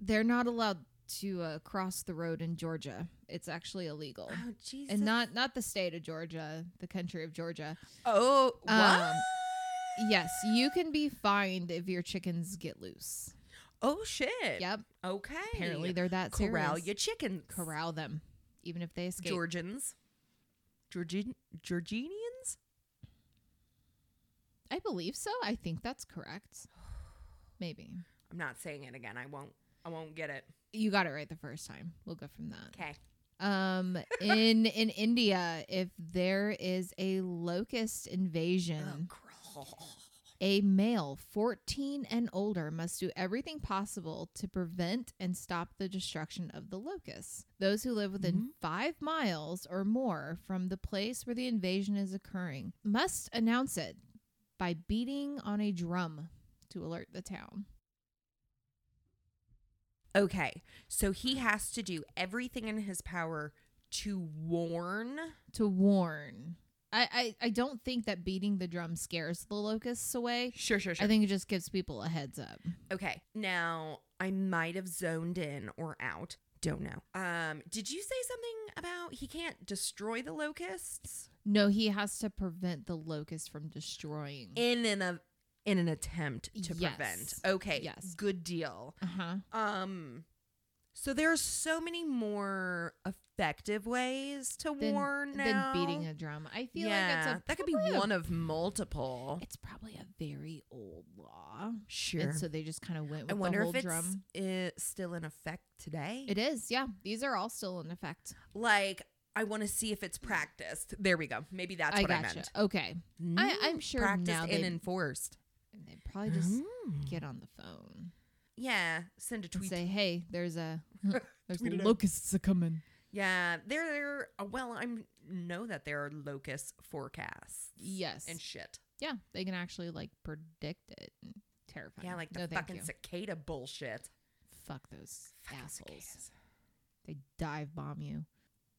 S3: They're not allowed to uh, cross the road in Georgia. It's actually illegal.
S2: Oh Jesus!
S3: And not not the state of Georgia, the country of Georgia.
S2: oh what?
S3: Um, Yes, you can be fined if your chickens get loose.
S2: oh shit!
S3: Yep.
S2: Okay.
S3: Apparently they're that
S2: corral
S3: serious.
S2: your chickens.
S3: corral them, even if they escape.
S2: Georgians. Georgian Georginians?
S3: I believe so. I think that's correct. Maybe.
S2: I'm not saying it again. I won't I won't get it.
S3: You got it right the first time. We'll go from that.
S2: Okay.
S3: Um in in India, if there is a locust
S2: Oh,
S3: invasion, a male 14 and older must do everything possible to prevent and stop the destruction of the locusts. Those who live within 5 miles or more from the place where the invasion is occurring must announce it by beating on a drum to alert the town.
S2: Okay. So he has to do everything in his power to warn.
S3: to warn. I, I, I don't think that beating the drum scares the locusts away.
S2: Sure, sure,
S3: I think it just gives people a heads up.
S2: okay. Now I might have zoned in or out. Don't know. Um, did you say something about he can't destroy the locusts
S3: No, he has to prevent the locust from destroying.
S2: in an a, in an attempt to
S3: Yes.
S2: prevent? Okay,
S3: Yes.
S2: good deal.
S3: Uh huh.
S2: Um So there are so many more effective ways to
S3: Than-
S2: warn
S3: than
S2: now.
S3: beating a drum. I feel
S2: yeah,
S3: like that's a,
S2: that could be
S3: probably a-
S2: one of multiple.
S3: It's probably a very old law,
S2: Sure.
S3: and so they just kind of went with
S2: I wonder
S3: the whole
S2: if it's
S3: drum.
S2: i- still in effect today.
S3: It is, yeah. These are all still in effect.
S2: like, I want to see if it's practiced. There we go. Maybe that's
S3: Mm. I
S2: what I
S3: gotcha.
S2: meant.
S3: Okay, I- I'm
S2: Mm,
S3: sure
S2: practiced
S3: now
S2: and
S3: they-
S2: enforced.
S3: and they probably just
S2: Mm.
S3: get on the phone
S2: yeah, send a
S3: and
S2: tweet.
S3: say, "Hey, there's a there's
S2: Tweet it out.
S3: locusts a coming."
S2: yeah, there. there- uh, Well, I know that there are locust forecasts.
S3: Yes,
S2: and shit.
S3: yeah, they can actually like predict it. And terrifying.
S2: Yeah, like the
S3: no, thank
S2: fucking
S3: you.
S2: cicada bullshit.
S3: fuck those
S2: Fucking
S3: assholes.
S2: cicadas.
S3: They dive bomb you.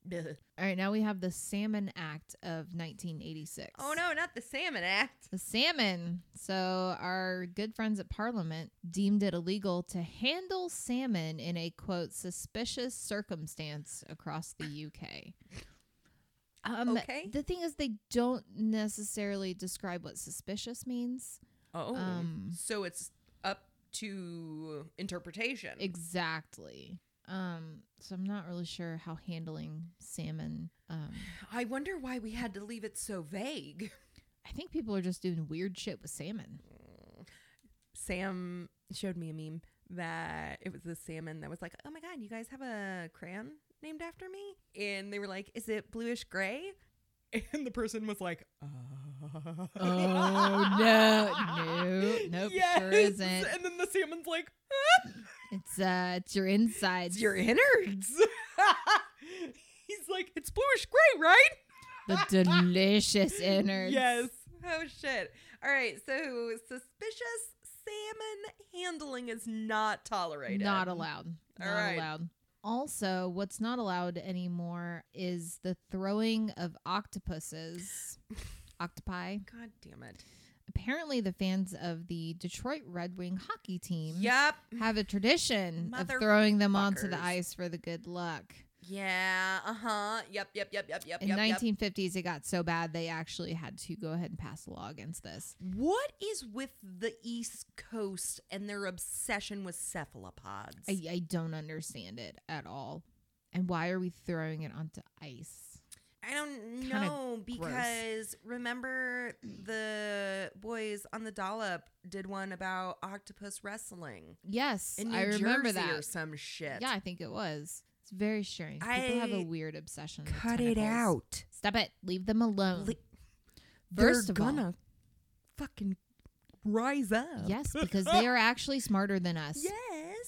S2: Bleh.
S3: All right, now we have the Salmon Act of 1986.
S2: Oh no, not the Salmon Act.
S3: The salmon. So, our good friends at Parliament deemed it illegal to handle salmon in a quote suspicious circumstance across the UK. Um,
S2: Uh, Okay.
S3: The thing is, they don't necessarily describe what suspicious means.
S2: Oh,
S3: Um.
S2: so it's up to interpretation.
S3: Exactly. Um, so I'm not really sure how handling salmon. Um,
S2: I wonder why we had to leave it so vague.
S3: I think people are just doing weird shit with salmon.
S2: Sam showed me a meme that it was the salmon that was like, "Oh my god, you guys have a crayon named after me?" And they were like, "Is it bluish gray?" And the person was like, "Uh."
S3: Oh no, no, nope, sure
S2: Yes.
S3: isn't.
S2: And then the salmon's like,
S3: It's uh, it's your insides.
S2: "It's your innards." He's like, "It's bluish gray, right?"
S3: the delicious innards.
S2: Yes. Oh shit. All right. So suspicious salmon handling is not tolerated.
S3: Not allowed.
S2: All
S3: Not
S2: right.
S3: allowed. Also, what's not allowed anymore is the throwing of octopuses. Octopi.
S2: God damn it.
S3: Apparently, the fans of the Detroit Red Wing hockey team
S2: Yep.
S3: have a tradition of throwing them onto the
S2: Motherfuckers.
S3: ice for the good luck.
S2: Yeah. Uh huh. Yep. Yep. Yep. Yep. Yep.
S3: In
S2: yep. yep.
S3: 1950s, it got so bad they actually had to go ahead and pass a law against this.
S2: What is with the East Coast and their obsession with cephalopods?
S3: I, I don't understand it at all. And why are we throwing it onto ice?
S2: I don't
S3: Kinda
S2: know because remember the boys on the dollop did one about octopus wrestling
S3: Yes,
S2: in New
S3: I remember
S2: Jersey or
S3: that.
S2: some shit.
S3: Yeah, I think it was. It's very strange. People have
S2: I-
S3: a weird obsession. with
S2: cut it
S3: tentacles.
S2: out.
S3: Stop it. Leave them alone.
S2: Le-
S3: Mm. First
S2: They're
S3: of all-
S2: gonna fucking rise up.
S3: yes, because they are actually smarter than us.
S2: Yes.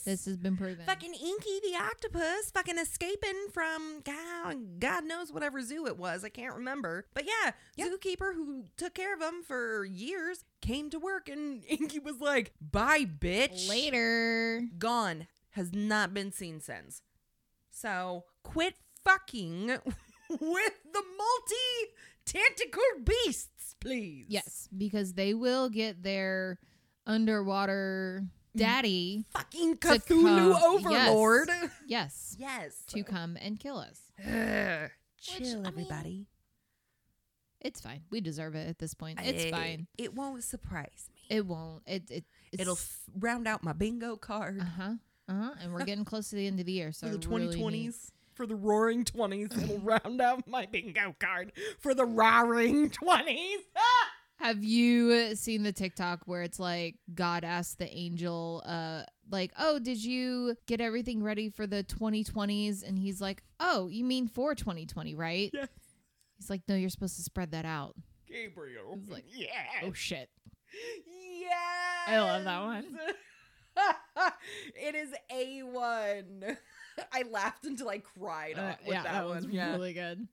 S3: This has been proven.
S2: fucking Inky the octopus fucking escaping from God, God knows whatever zoo it was. I can't remember. But yeah,
S3: Yeah.
S2: zookeeper who took care of him for years came to work and Inky was like, "Bye, bitch."
S3: Later.
S2: Gone. Has not been seen since. So, quit fucking with the multi tentacled beasts, please.
S3: Yes, because they will get their underwater
S2: Mm-hmm.
S3: daddy.
S2: fucking
S3: To
S2: Cthulhu
S3: come-
S2: overlord.
S3: Yes,
S2: Yes.
S3: to come and kill us.
S2: Ugh.
S3: Which, I mean, It's fine. We deserve it at this point. It's
S2: I-
S3: fine.
S2: It won't surprise me.
S3: It won't. It it it's,
S2: It'll f- round out my bingo card
S3: Uh huh. Uh huh. And we're getting close to the end of the year, so
S2: for the
S3: I really
S2: 2020s.
S3: need-
S2: for the roaring 20s, it'll round out my bingo card for the roaring 20s. Ah!
S3: Have you seen the TikTok where it's like God asked the angel, uh, like, "Oh, did you get everything ready for the 2020s?" And he's like, "Oh, you mean for 2020, right?"
S2: Yes.
S3: He's like, "No, you're supposed to spread that out."
S2: Gabriel.
S3: It's like,
S2: yeah.
S3: Oh shit.
S2: Yes.
S3: I love that one.
S2: it is A1. I laughed until I cried
S3: Uh,
S2: uh, with that, one.
S3: one's really good.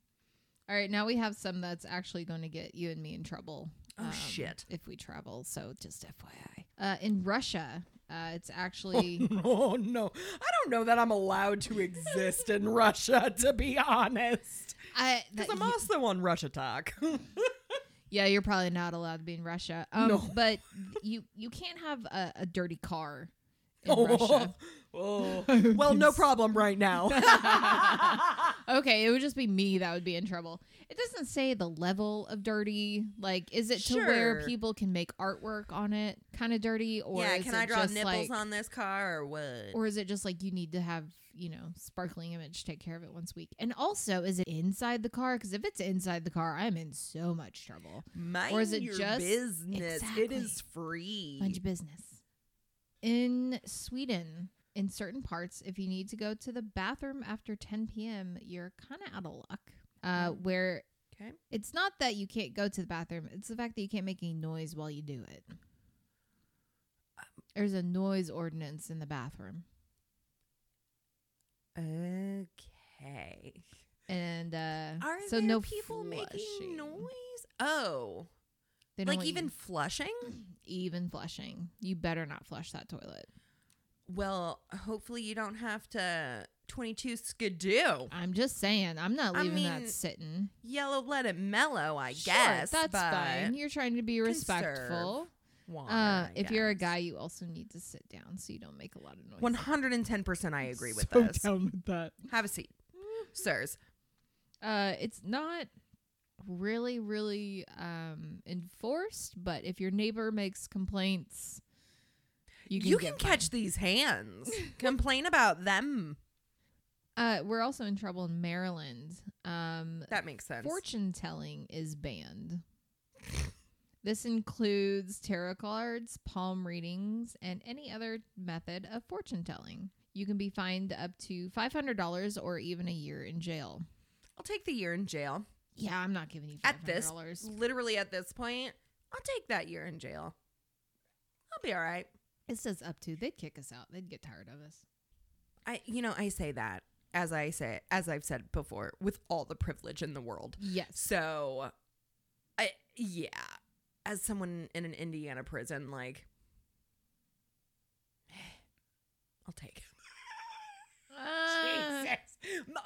S3: All right, now we have some that's actually going to get you and me in trouble. um,
S2: Oh, shit.
S3: If we travel, so just FYI. Uh, in Russia, uh, it's actually
S2: Oh no. I don't know that I'm allowed to exist in Russia, to be honest.
S3: I. that-
S2: Because I'm also on Russia Talk.
S3: yeah, you're probably not allowed to be in Russia. Um,
S2: No.
S3: but you you can't have a, a dirty car in Russia.
S2: Oh. Well, no problem right now.
S3: Okay, it would just be me that would be in trouble. It doesn't say the level of dirty. Like, is it to where
S2: Sure.
S3: people can make artwork on it, kind of dirty, or
S2: yeah,
S3: is
S2: can
S3: it
S2: I draw
S3: just
S2: nipples
S3: like,
S2: on this car or what?
S3: or is it just like you need to have you know, sparkling image take care of it once a week. And also, is it inside the car? Because if it's inside the car, I'm in so much trouble.
S2: Mind
S3: is it
S2: your
S3: just-
S2: business. It
S3: Exactly.
S2: is free.
S3: Mind your business. In Sweden, in certain parts, if you need to go to the bathroom after 10 p.m., you're kind of out of luck. Uh,
S2: Mm.
S3: where
S2: Okay.
S3: it's not that you can't go to the bathroom, it's the fact that you can't make any noise while you do it.
S2: Uh,
S3: There's a noise ordinance in the bathroom.
S2: Okay.
S3: And uh,
S2: Are
S3: so
S2: there
S3: no
S2: people making
S3: flushing.
S2: noise? Oh,
S3: They don't
S2: like
S3: want
S2: even
S3: you-
S2: flushing?
S3: even flushing. You better not flush that toilet.
S2: Well, hopefully you don't have to 22 skidoo.
S3: I'm just saying, I'm not
S2: I
S3: leaving
S2: mean,
S3: that sitting.
S2: Yellow let it mellow, I
S3: Sure,
S2: guess.
S3: that's
S2: but
S3: fine. You're trying to be respectful.
S2: Water,
S3: Uh,
S2: I
S3: if you're a
S2: guess.
S3: guy, you also need to sit down so you don't make a lot of noise.
S2: 110% I agree with
S3: So Mm-hmm.
S2: this.
S3: down with that.
S2: Have a seat, sirs.
S3: Uh, it's not really, really um, enforced, but if your neighbor makes complaints, you can,
S2: You can,
S3: get fined.
S2: catch these hands. Complain about them.
S3: Uh, we're also in trouble in Maryland. Um,
S2: That makes sense.
S3: fortune telling is banned. This includes tarot cards, palm readings, and any other method of fortune telling. You can be fined up to $500 or even a year in jail.
S2: I'll take the year in jail.
S3: Yeah, I'm not giving you $500.
S2: At this- Literally at this point, I'll take that year in jail. I'll be all right.
S3: It says up to. They'd kick us out. They'd get tired of us.
S2: I you know, I say that as I say as I've said before with all the privilege in the world.
S3: Yes.
S2: So I yeah, as someone in an Indiana prison like I'll take it.
S3: Uh,
S2: Jesus.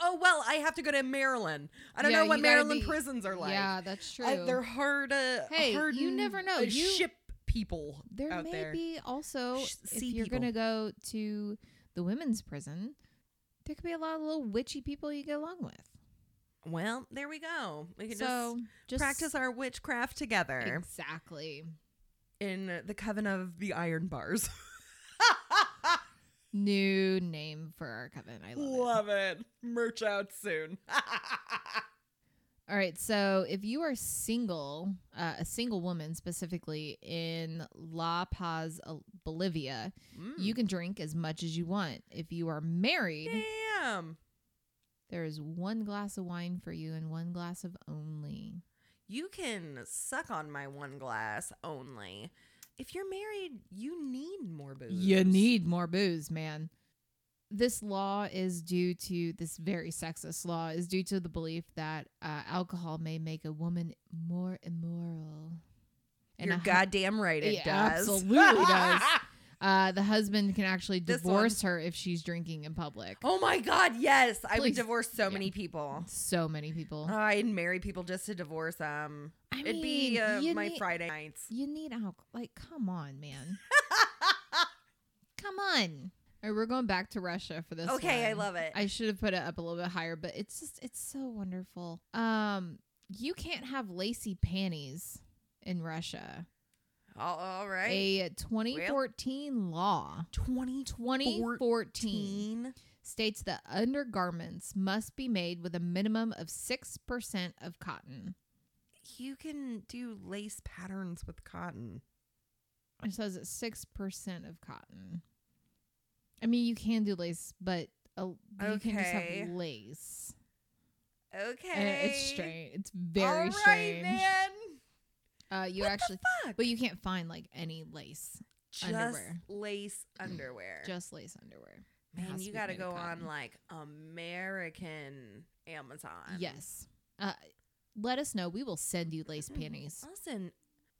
S2: Oh well, I have to go to Maryland. I don't
S3: Yeah,
S2: know what
S3: you gotta
S2: Maryland
S3: be-
S2: prisons are like.
S3: yeah, that's true.
S2: I- they're hard. Uh,
S3: Hey, you
S2: hardened,
S3: never know.
S2: uh,
S3: You-
S2: ship people
S3: there
S2: out
S3: may
S2: there.
S3: be also
S2: Sh-
S3: if
S2: sea
S3: you're
S2: people.
S3: gonna go to the women's prison there could be a lot of little witchy people you get along with
S2: Well, there we go. We can
S3: so
S2: just,
S3: just,
S2: practice our witchcraft together
S3: exactly
S2: in the coven of the iron bars.
S3: new name for our coven i
S2: Love
S3: love, it
S2: it. Merch out soon.
S3: all right so if you are single uh, a single woman specifically in la paz uh, bolivia
S2: Mm.
S3: you
S2: Hmm.
S3: can drink as much as you want if you are married
S2: damn.
S3: there is one glass of wine for you and one glass of only
S2: You can suck on my one glass only. If you're married, you need more booze.
S3: You need more booze, man. This law is due to this very sexist law is due to the belief that uh, alcohol may make a woman more immoral. And
S2: You're
S3: a hu-
S2: goddamn right. It
S3: Yeah,
S2: does.
S3: absolutely does. uh, the husband can actually
S2: This
S3: divorce her if she's drinking in public.
S2: Oh my God, yes. I would
S3: Please.
S2: divorce so
S3: Yeah.
S2: many people.
S3: So many people.
S2: I'd marry people just to divorce them.
S3: I
S2: Uh, It'd be
S3: mean,
S2: uh,
S3: you
S2: my
S3: need-
S2: Friday nights.
S3: You need alcohol. Like, come on, man. come on. All right, we're going back to Russia for this.
S2: okay, I
S3: one.
S2: love it.
S3: I should have put it up a little bit higher, but it's just it's so wonderful. Um, you can't have lacy panties in Russia.
S2: all, all right.
S3: A 2014 law. 2014
S2: 2014.
S3: states that undergarments must be made with a minimum of 6% of cotton.
S2: You can do lace patterns with cotton.
S3: It says it's 6% of cotton. I mean, you can do lace, but uh you can just
S2: Okay.
S3: have lace.
S2: Okay.
S3: And Uh, it's strange. It's very
S2: All right,
S3: strange.
S2: man.
S3: Uh, you
S2: What the
S3: actually
S2: fuck?
S3: But you can't find like any lace,
S2: Just
S3: underwear. Mm.
S2: lace underwear.
S3: just lace underwear. It
S2: man,
S3: has
S2: you
S3: be
S2: got to
S3: made
S2: go
S3: of
S2: on
S3: cotton.
S2: like American Amazon.
S3: Yes. Uh, let us know. We will send you lace panties.
S2: Listen,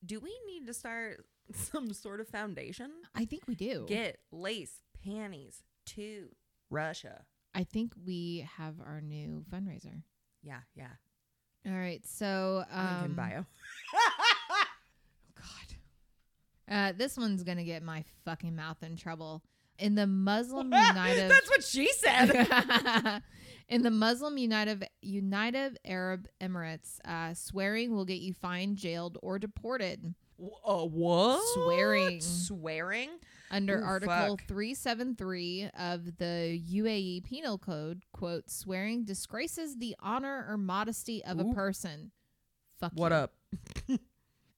S2: do we need to start some sort of foundation?
S3: I think we do.
S2: Get lace panties to Russia.
S3: I think we have our new fundraiser.
S2: Yeah, yeah.
S3: All right. So,
S2: Link in
S3: um,
S2: bio.
S3: God. Uh, this one's gonna get my fucking mouth in trouble. In the Muslim United.
S2: That's what she said.
S3: in the Muslim United United Arab Emirates, uh, swearing will get you fined, jailed, or deported.
S2: W- uh, what?
S3: Swearing.
S2: Swearing.
S3: under
S2: Ooh,
S3: Article
S2: fuck.
S3: 373 of the UAE Penal Code, quote, swearing disgraces the honor or modesty of
S2: Ooh.
S3: a person. Fuck
S2: What
S3: you.
S2: up?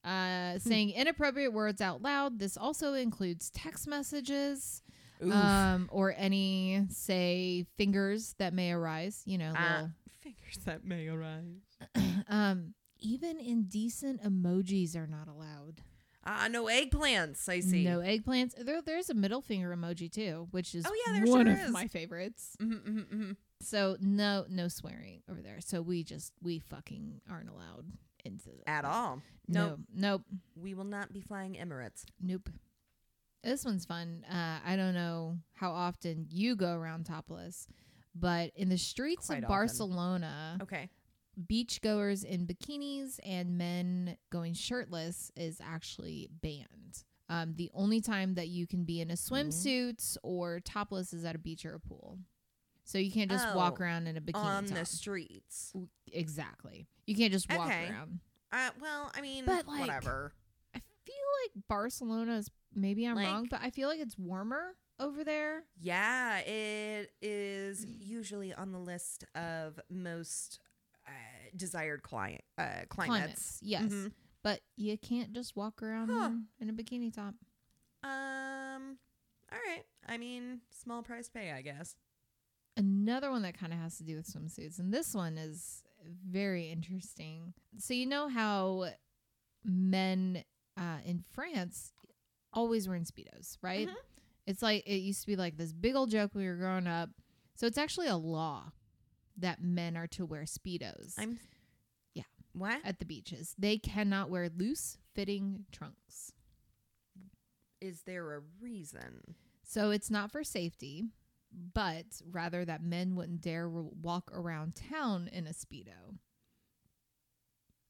S3: Uh, saying inappropriate words out loud. This also includes text messages
S2: Oof.
S3: um, or any, say, fingers that may arise, you know,
S2: Ah.
S3: little
S2: Fingers that may arise.
S3: um, even indecent emojis are not allowed.
S2: Ah, no eggplants. I see.
S3: No eggplants. There, there's a middle finger emoji too, which is
S2: Oh, yeah, there
S3: one
S2: sure
S3: of
S2: is.
S3: my favorites.
S2: Mhm, mhm, mhm.
S3: So no, no swearing over there. So we just we fucking aren't allowed into
S2: At
S3: that.
S2: all.
S3: No,
S2: Nope.
S3: nope,
S2: We will not be flying Emirates.
S3: nope. This one's fun. Uh, I don't know how often you go around topless, but in the streets
S2: Quite
S3: of
S2: often.
S3: Barcelona,
S2: Okay.
S3: beachgoers in bikinis and men going shirtless is actually banned. Um, the only time that you can be in a
S2: Mm.
S3: swimsuit or topless is at a beach or a pool. So you can't just walk
S2: Oh,
S3: around in a bikini.
S2: On the
S3: top.
S2: streets.
S3: exactly. You can't just walk
S2: Okay.
S3: around.
S2: Uh, well, I mean,
S3: But, like,
S2: whatever.
S3: I feel like Barcelona is maybe I'm wrong,
S2: Like-
S3: but I feel like it's warmer over there.
S2: Yeah, it is usually on the list of most uh, desired client uh, climates.
S3: Climates, yes.
S2: Mhm.
S3: But you can't just walk around
S2: Huh.
S3: in- in a bikini top.
S2: Um. All right. I mean, small price pay, I guess.
S3: another one that kind of has to do with swimsuits and this one is very interesting so you know how men uh, in france always were in speedos right
S2: Mhm.
S3: it's like it used to be like this big old joke when we were growing up so it's actually a law that men are to wear speedos
S2: I'm.
S3: Yeah. Uh,
S2: What
S3: at the beaches they cannot wear loose fitting trunks
S2: is there a reason?
S3: So it's not for safety, but rather that men wouldn't dare w- walk around town in a Speedo.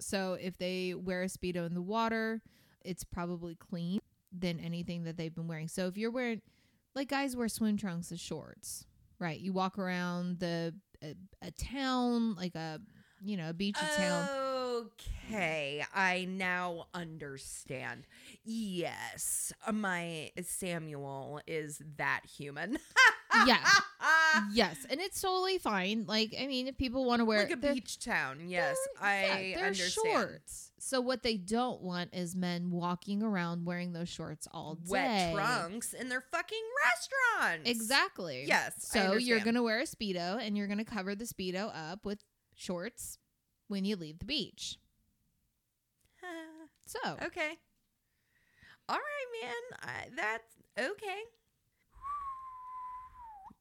S3: So if they wear a Speedo in the water, it's probably clean than anything that they've been wearing. So if you're wearing, like guys wear swim trunks as shorts, right? You walk around the a, a town, like a, you know, a beachy town.
S2: Okay, I now understand. Yes, my Samuel is that human. Uh, ah,
S3: Yeah. Yes. And it's totally fine. Like, I mean, if people want to wear
S2: like a
S3: they're-
S2: beach town. Yes,
S3: They're-
S2: I
S3: yeah, they're
S2: understand.
S3: shorts. So what they don't want is men walking around wearing those shorts all day.
S2: Wet trunks in their fucking restaurants.
S3: Exactly.
S2: Yes, I
S3: So you're
S2: understand.
S3: gonna wear a speedo and you're gonna cover the speedo up with shorts when you leave the beach. So
S2: okay. All right, man. I, that's okay.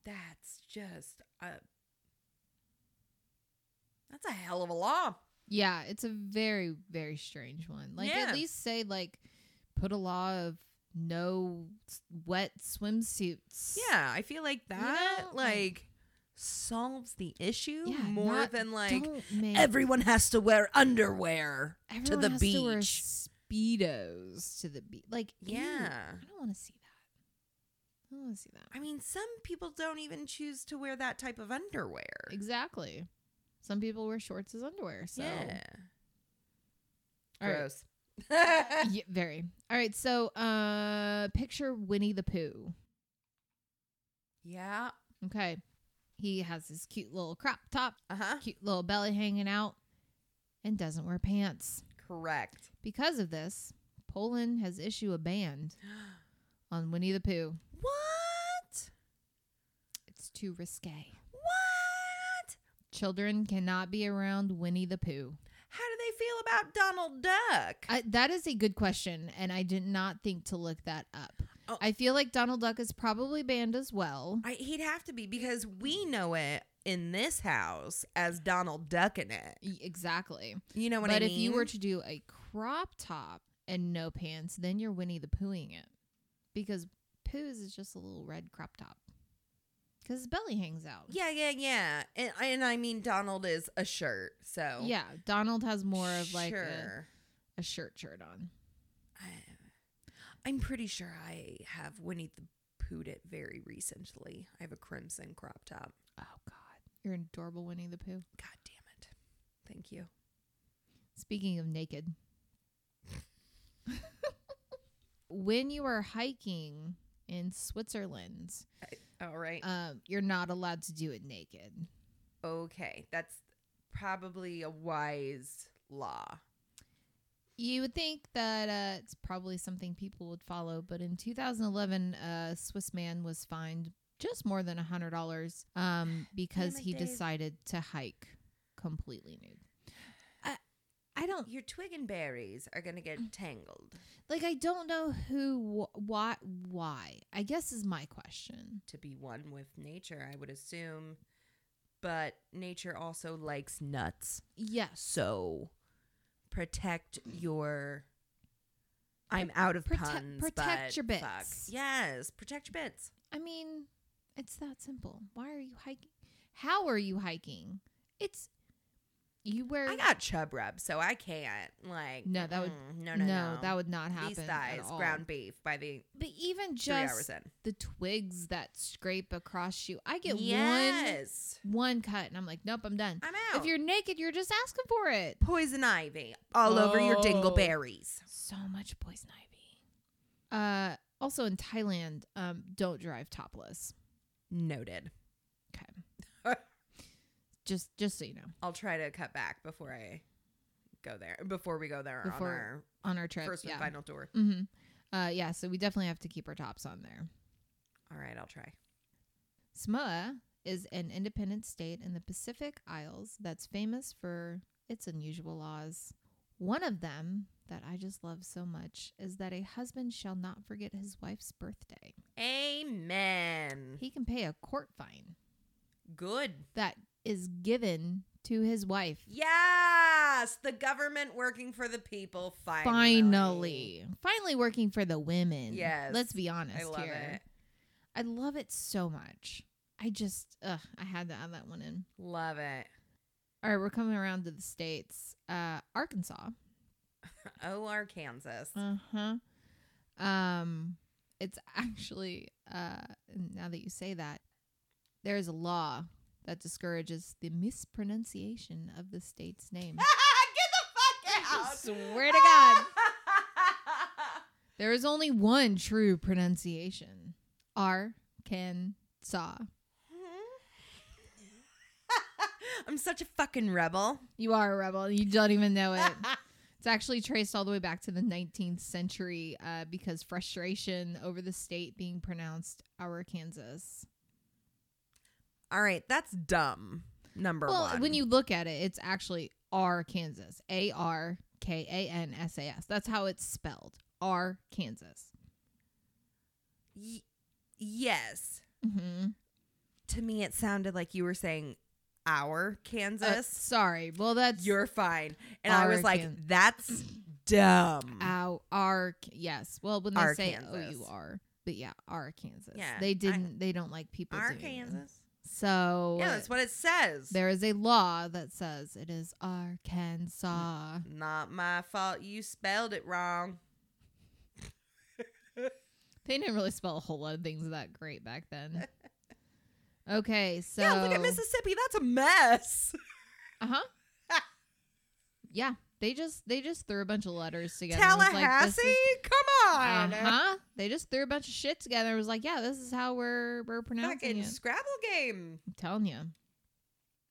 S2: That's just a. That's a hell of a law.
S3: yeah, it's a very very strange one. Like
S2: Yeah.
S3: at least say like put a law of no s- wet swimsuits.
S2: Yeah, I feel like that
S3: know, like-
S2: like solves the issue
S3: Yeah,
S2: more
S3: not-
S2: than like
S3: Don't make-
S2: everyone has to wear underwear to
S3: everyone
S2: the
S3: has
S2: beach.
S3: To wear speedos to the beach. Like, ew,
S2: Yeah.
S3: I don't want to see that. I don't want to see that.
S2: I mean, some people don't even choose to wear that type of underwear.
S3: Exactly. Some people wear shorts as underwear. So,
S2: Yeah.
S3: All right.
S2: Gross.
S3: Yeah, very. All right. So, uh, picture Winnie the Pooh.
S2: yeah.
S3: Okay, he has his cute little crop top,
S2: Uh huh.
S3: cute little belly hanging out, and doesn't wear pants.
S2: Correct.
S3: Because of this, Poland has issued a ban on Winnie the Pooh.
S2: What?
S3: It's too risque.
S2: What?
S3: Children cannot be around Winnie the Pooh.
S2: How do they feel about Donald Duck?
S3: I, that is a good question, and I did not think to look that up.
S2: Oh.
S3: I feel like Donald Duck is probably banned as well.
S2: I, he'd have to be because we know it in this house as Donald Duck in it.
S3: E- Exactly.
S2: You know what
S3: but
S2: I mean?
S3: if you were to do a crop top and no pants, then you're Winnie the Poohing it because Pooh's is just a little red crop top because his belly hangs out.
S2: Yeah, yeah, yeah. And, and I mean, Donald is a shirt, so
S3: Yeah, Donald has more of like a,
S2: Sure.
S3: a shirt shirt on.
S2: I, am pretty sure I have Winnie the Poohed it very recently. I have a crimson crop top.
S3: Oh God, you're an adorable Winnie the Pooh.
S2: God damn it! Thank you.
S3: Speaking of naked, when you are hiking in Switzerland.
S2: All right.
S3: Um, you're not allowed to do it naked.
S2: okay. That's probably a wise law.
S3: You would think that uh, it's probably something people would follow, but in 2011, a Swiss man was fined just more than $100 um, because
S2: it,
S3: he
S2: Dave.
S3: decided to hike completely nude. I, I don't
S2: Oh. Your twig and berries are going to get tangled,
S3: like. I don't know who, wh- why, why. I guess is my question.
S2: to be one with nature, I would assume. But nature also likes nuts.
S3: Yes,
S2: So protect your. I'm out of
S3: Prote-
S2: puns.
S3: protect
S2: but
S3: your
S2: fuck.
S3: bits.
S2: Yes, protect your bits.
S3: I mean it's that simple. Why are you hiking? How are you hiking? It's you wear.
S2: I got chub rub, so I can't. Like
S3: No, that would-
S2: mm-mm, no no no,
S3: that would not happen.
S2: These
S3: at
S2: thighs,
S3: all.
S2: ground beef by the
S3: But even
S2: three hours
S3: just
S2: in.
S3: the twigs that scrape across you, I get
S2: yes,
S3: one one cut, and I'm like, nope, I'm done.
S2: I'm out.
S3: If you're naked, you're just asking for it.
S2: poison ivy all over your
S3: Oh.
S2: dingleberries.
S3: So much poison ivy. Uh, also in Thailand, um, don't drive topless.
S2: Noted.
S3: Okay. just, just so you know,
S2: I'll try to cut back before I go there. Before we go there
S3: Before-
S2: on
S3: on our
S2: our
S3: trip,
S2: first and
S3: yeah.
S2: final tour.
S3: hmm Uh, yeah, so we definitely have to keep our tops on there.
S2: All right, I'll try.
S3: Samoa is an independent state in the Pacific Isles that's famous for its unusual laws. One of them that I just love so much is that a husband shall not forget his wife's birthday.
S2: Amen.
S3: He can pay a court fine
S2: Good.
S3: that is given to his wife.
S2: Yes, the government working for the people. Finally,
S3: Finally, finally working for the women.
S2: Yes.
S3: Let's be honest
S2: I love
S3: here.
S2: it.
S3: I love it so much. I just, ugh, I had to add that one in.
S2: Love it.
S3: All right, we're coming around to the states. Uh, Arkansas.
S2: Oh, Arkansas.
S3: Uh huh. Um, it's actually uh, now that you say that, there is a law that discourages the mispronunciation of the state's name.
S2: Get the
S3: I swear to God, there is only one true pronunciation: Arkansas.
S2: I'm such a fucking rebel.
S3: You are a rebel. You don't even know it. It's actually traced all the way back to the 19th century uh, because frustration over the state being pronounced Arkansas.
S2: All right, that's dumb. Number
S3: Well,
S2: one.
S3: when you look at it, it's actually Arkansas. A R K A N S A S. That's how it's spelled. Arkansas.
S2: Y- yes,
S3: Mm-hmm.
S2: to me it sounded like you were saying our
S3: Uh,
S2: Kansas.
S3: sorry. Well, that's
S2: You're fine, and I was like,
S3: Arkan-
S2: that's dumb.
S3: Ow, Ark. Yes. Well, when they say O
S2: Arkansas.
S3: U R, but yeah, Arkansas.
S2: Yeah, I-
S3: They didn't. they don't like people. doing it.
S2: Arkansas.
S3: So
S2: Yeah, that's what it says.
S3: there is a law that says it is Arkansas.
S2: Not my fault. You spelled it wrong.
S3: They didn't really spell a whole lot of things that great back then. Okay, so
S2: yeah, look at Mississippi. That's a mess.
S3: Uh
S2: Uh-huh.
S3: huh. yeah, they just they just threw a bunch of letters together.
S2: Tallahassee? Come
S3: uh
S2: on.
S3: huh. They just threw a bunch of shit together. It was like, yeah, this is how we're we're pronouncing
S2: Fucking
S3: it.
S2: Scrabble game.
S3: I'm telling you.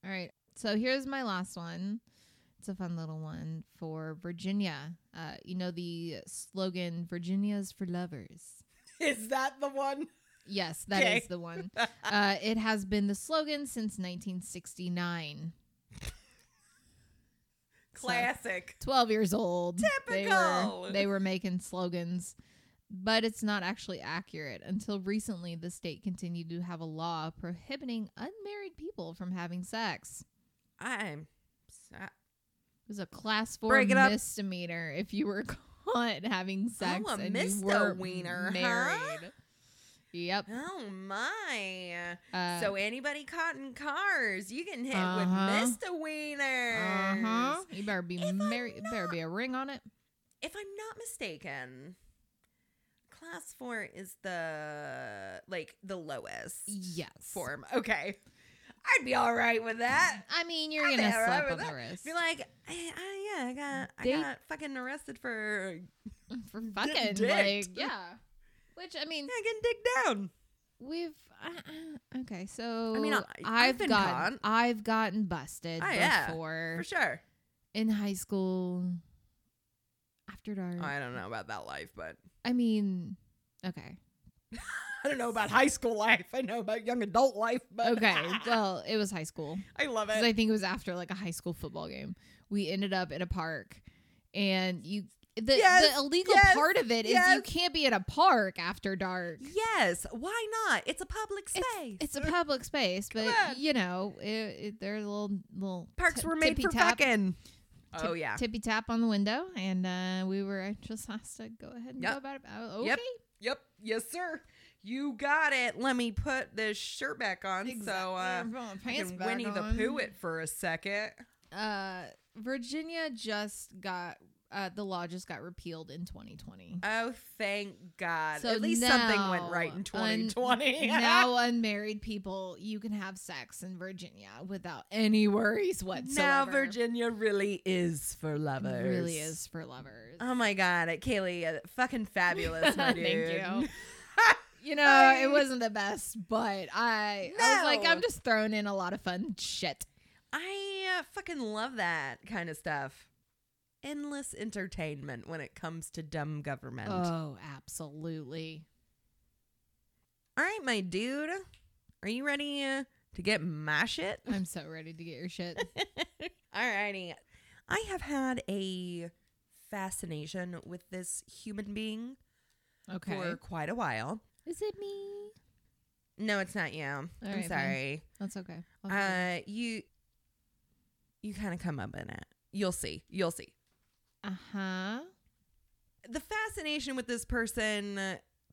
S3: All right, so here's my last one. It's a fun little one for Virginia. Uh, you know the slogan "Virginia's for lovers."
S2: Is that the one?
S3: Yes, that is
S2: Okay.
S3: the one. Uh, it has been the slogan since 1969. So-
S2: Classic.
S3: 12 years old. They
S2: Typical.
S3: were, they were making slogans, but it's not actually accurate. Until recently, the state continued to have a law prohibiting unmarried people from having sex.
S2: I'm. so-
S3: It was a class four
S2: Break it up.
S3: misdemeanor if you were caught having sex
S2: a
S3: and you were
S2: misdemeanor, huh?
S3: married. Yep.
S2: Oh my.
S3: Uh,
S2: so anybody caught in cars, you getting hit
S3: Uh-huh.
S2: with misdemeanors.
S3: uh-huh. You better be
S2: If I'm
S3: married. It better
S2: not-
S3: be a ring on it.
S2: If I'm not mistaken, class four is the like the lowest
S3: Yes.
S2: form. Okay. I'd be all right with that.
S3: I mean, you're
S2: I'd be
S3: gonna
S2: all right
S3: slap
S2: with
S3: on the
S2: that.
S3: wrist
S2: Be like, hey, I, yeah, I got, I
S3: They-
S2: got fucking arrested for
S3: for fucking
S2: dicked.
S3: like yeah. Which I mean,
S2: Yeah, getting digged down.
S3: we've uh, okay. So
S2: mean, I- I've
S3: have
S2: been
S3: gotten
S2: caught.
S3: I've gotten busted
S2: Oh, yeah,
S3: before
S2: For sure.
S3: in high school after dark.
S2: I don't know about that life, but
S3: I mean, okay.
S2: I don't know about high school life. I know about young adult life, but
S3: Okay. well, it was high school.
S2: I love
S3: Because
S2: it.
S3: I think it was after like a high school football game. We ended up in a park and you the,
S2: Yes,
S3: the illegal
S2: yes,
S3: part of it is you
S2: yes.
S3: can't be at a park after dark.
S2: yes, why not? It's a public space.
S3: It's, it's a public space, but
S2: on.
S3: you know, it, it, they're little little
S2: parks
S3: ti-
S2: were made for
S3: tippy-tap-
S2: fucking. Oh
S3: tip-
S2: yeah.
S3: tippy tap on the window, and uh, we were just asked to go ahead and
S2: Yep.
S3: go about it. Oh, okay,
S2: Yep. Yep. Yes, sir. You got it. Let me put this shirt back on. So uh
S3: Exactly. Put my
S2: I
S3: pants
S2: can
S3: back
S2: Winnie
S3: on.
S2: the Pooh it for a second.
S3: Uh, Virginia just got uh, the law just got repealed in 2020.
S2: Oh, thank God.
S3: So
S2: At least something went
S3: now,
S2: right in
S3: un-
S2: 2020.
S3: now unmarried people, you can have sex in Virginia without any worries
S2: Now
S3: whatsoever.
S2: Virginia really is for lovers.
S3: It really is for lovers.
S2: Oh my God, Kaylee, uh, fucking fabulous, my dude.
S3: Thank you. You know, it wasn't the best, but I, I was like,
S2: No.
S3: I'm just throwing in a lot of fun shit.
S2: I uh, fucking love that kind of stuff. Endless entertainment when it comes to dumb government.
S3: Oh, absolutely.
S2: All right, my dude, are you ready uh, to get my shit?
S3: I'm so ready to get your shit.
S2: Alrighty. I have had a fascination with this human being
S3: Okay.
S2: for quite a while.
S3: Is it me?
S2: No, it's not you.
S3: All
S2: I'm
S3: right, fine.
S2: sorry.
S3: That's okay. I'll forgive
S2: Uh, you you kind of come up in it. You'll see. You'll see.
S3: you. uh-huh.
S2: The fascination with this person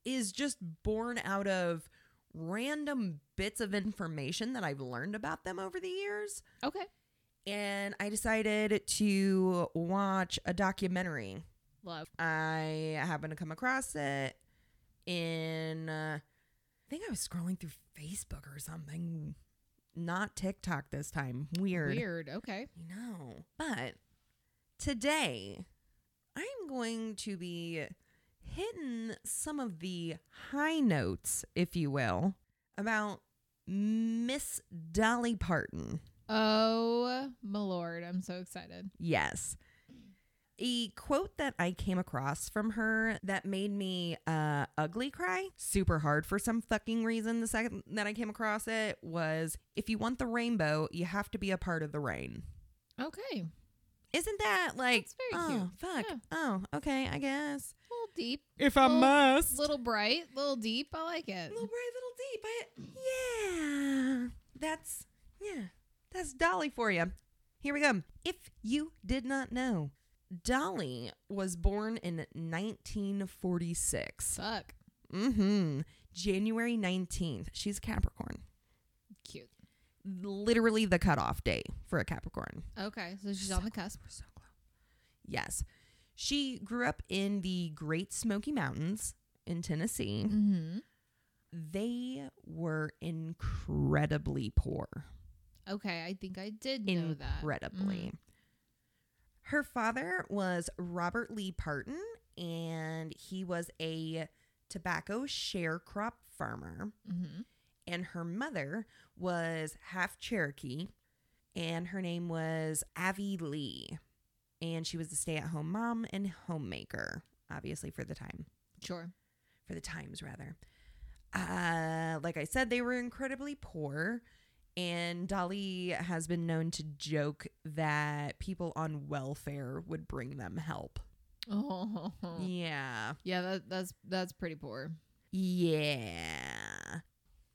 S2: is just born out of random bits of information that I've learned about them over the years.
S3: Okay.
S2: And I decided to watch a documentary
S3: Love.
S2: I happened to come across it in, uh, I think I was scrolling through Facebook or something. Not TikTok this time. Weird.
S3: Weird. Okay.
S2: I know. But today, I'm going to be hitting some of the high notes, if you will, about Miss Dolly Parton.
S3: Oh, my lord. I'm so excited.
S2: Yes. A quote that I came across from her that made me uh, ugly cry super hard for some fucking reason the second that I came across it was if you want the rainbow, you have to be a part of the rain.
S3: Okay. A
S2: Isn't that like,
S3: That's very
S2: oh, fuck.
S3: Yeah.
S2: Oh, okay, I guess.
S3: little deep.
S2: If
S3: I Well,
S2: must.
S3: Little bright. Little deep. I like it.
S2: little bright, little deep. I, yeah, that's yeah, that's Dolly for you. Here we go. If you did not know, Dolly was born in 1946.
S3: Fuck.
S2: Mm-hmm. January 19th. She's a Capricorn.
S3: Cute.
S2: Literally the cutoff day for a Capricorn.
S3: Okay. So she's on the cusp.
S2: We're so close. Yes. She grew up in the Great Smoky Mountains in Tennessee.
S3: Mm-hmm.
S2: They were incredibly poor.
S3: Okay, I think I did know that.
S2: incredibly.
S3: Mm.
S2: Her father was Robert Lee Parton, and he was a tobacco sharecrop farmer.
S3: Mhm.
S2: And her mother was half Cherokee, and her name was Avi Lee. And she was a stay at home mom and homemaker, obviously, for the time
S3: Sure.
S2: for the times rather uh like i said they were incredibly poor and dolly has been known to joke that people on welfare would bring them help
S3: Oh.
S2: yeah
S3: Yeah, that, that's that's pretty poor.
S2: yeah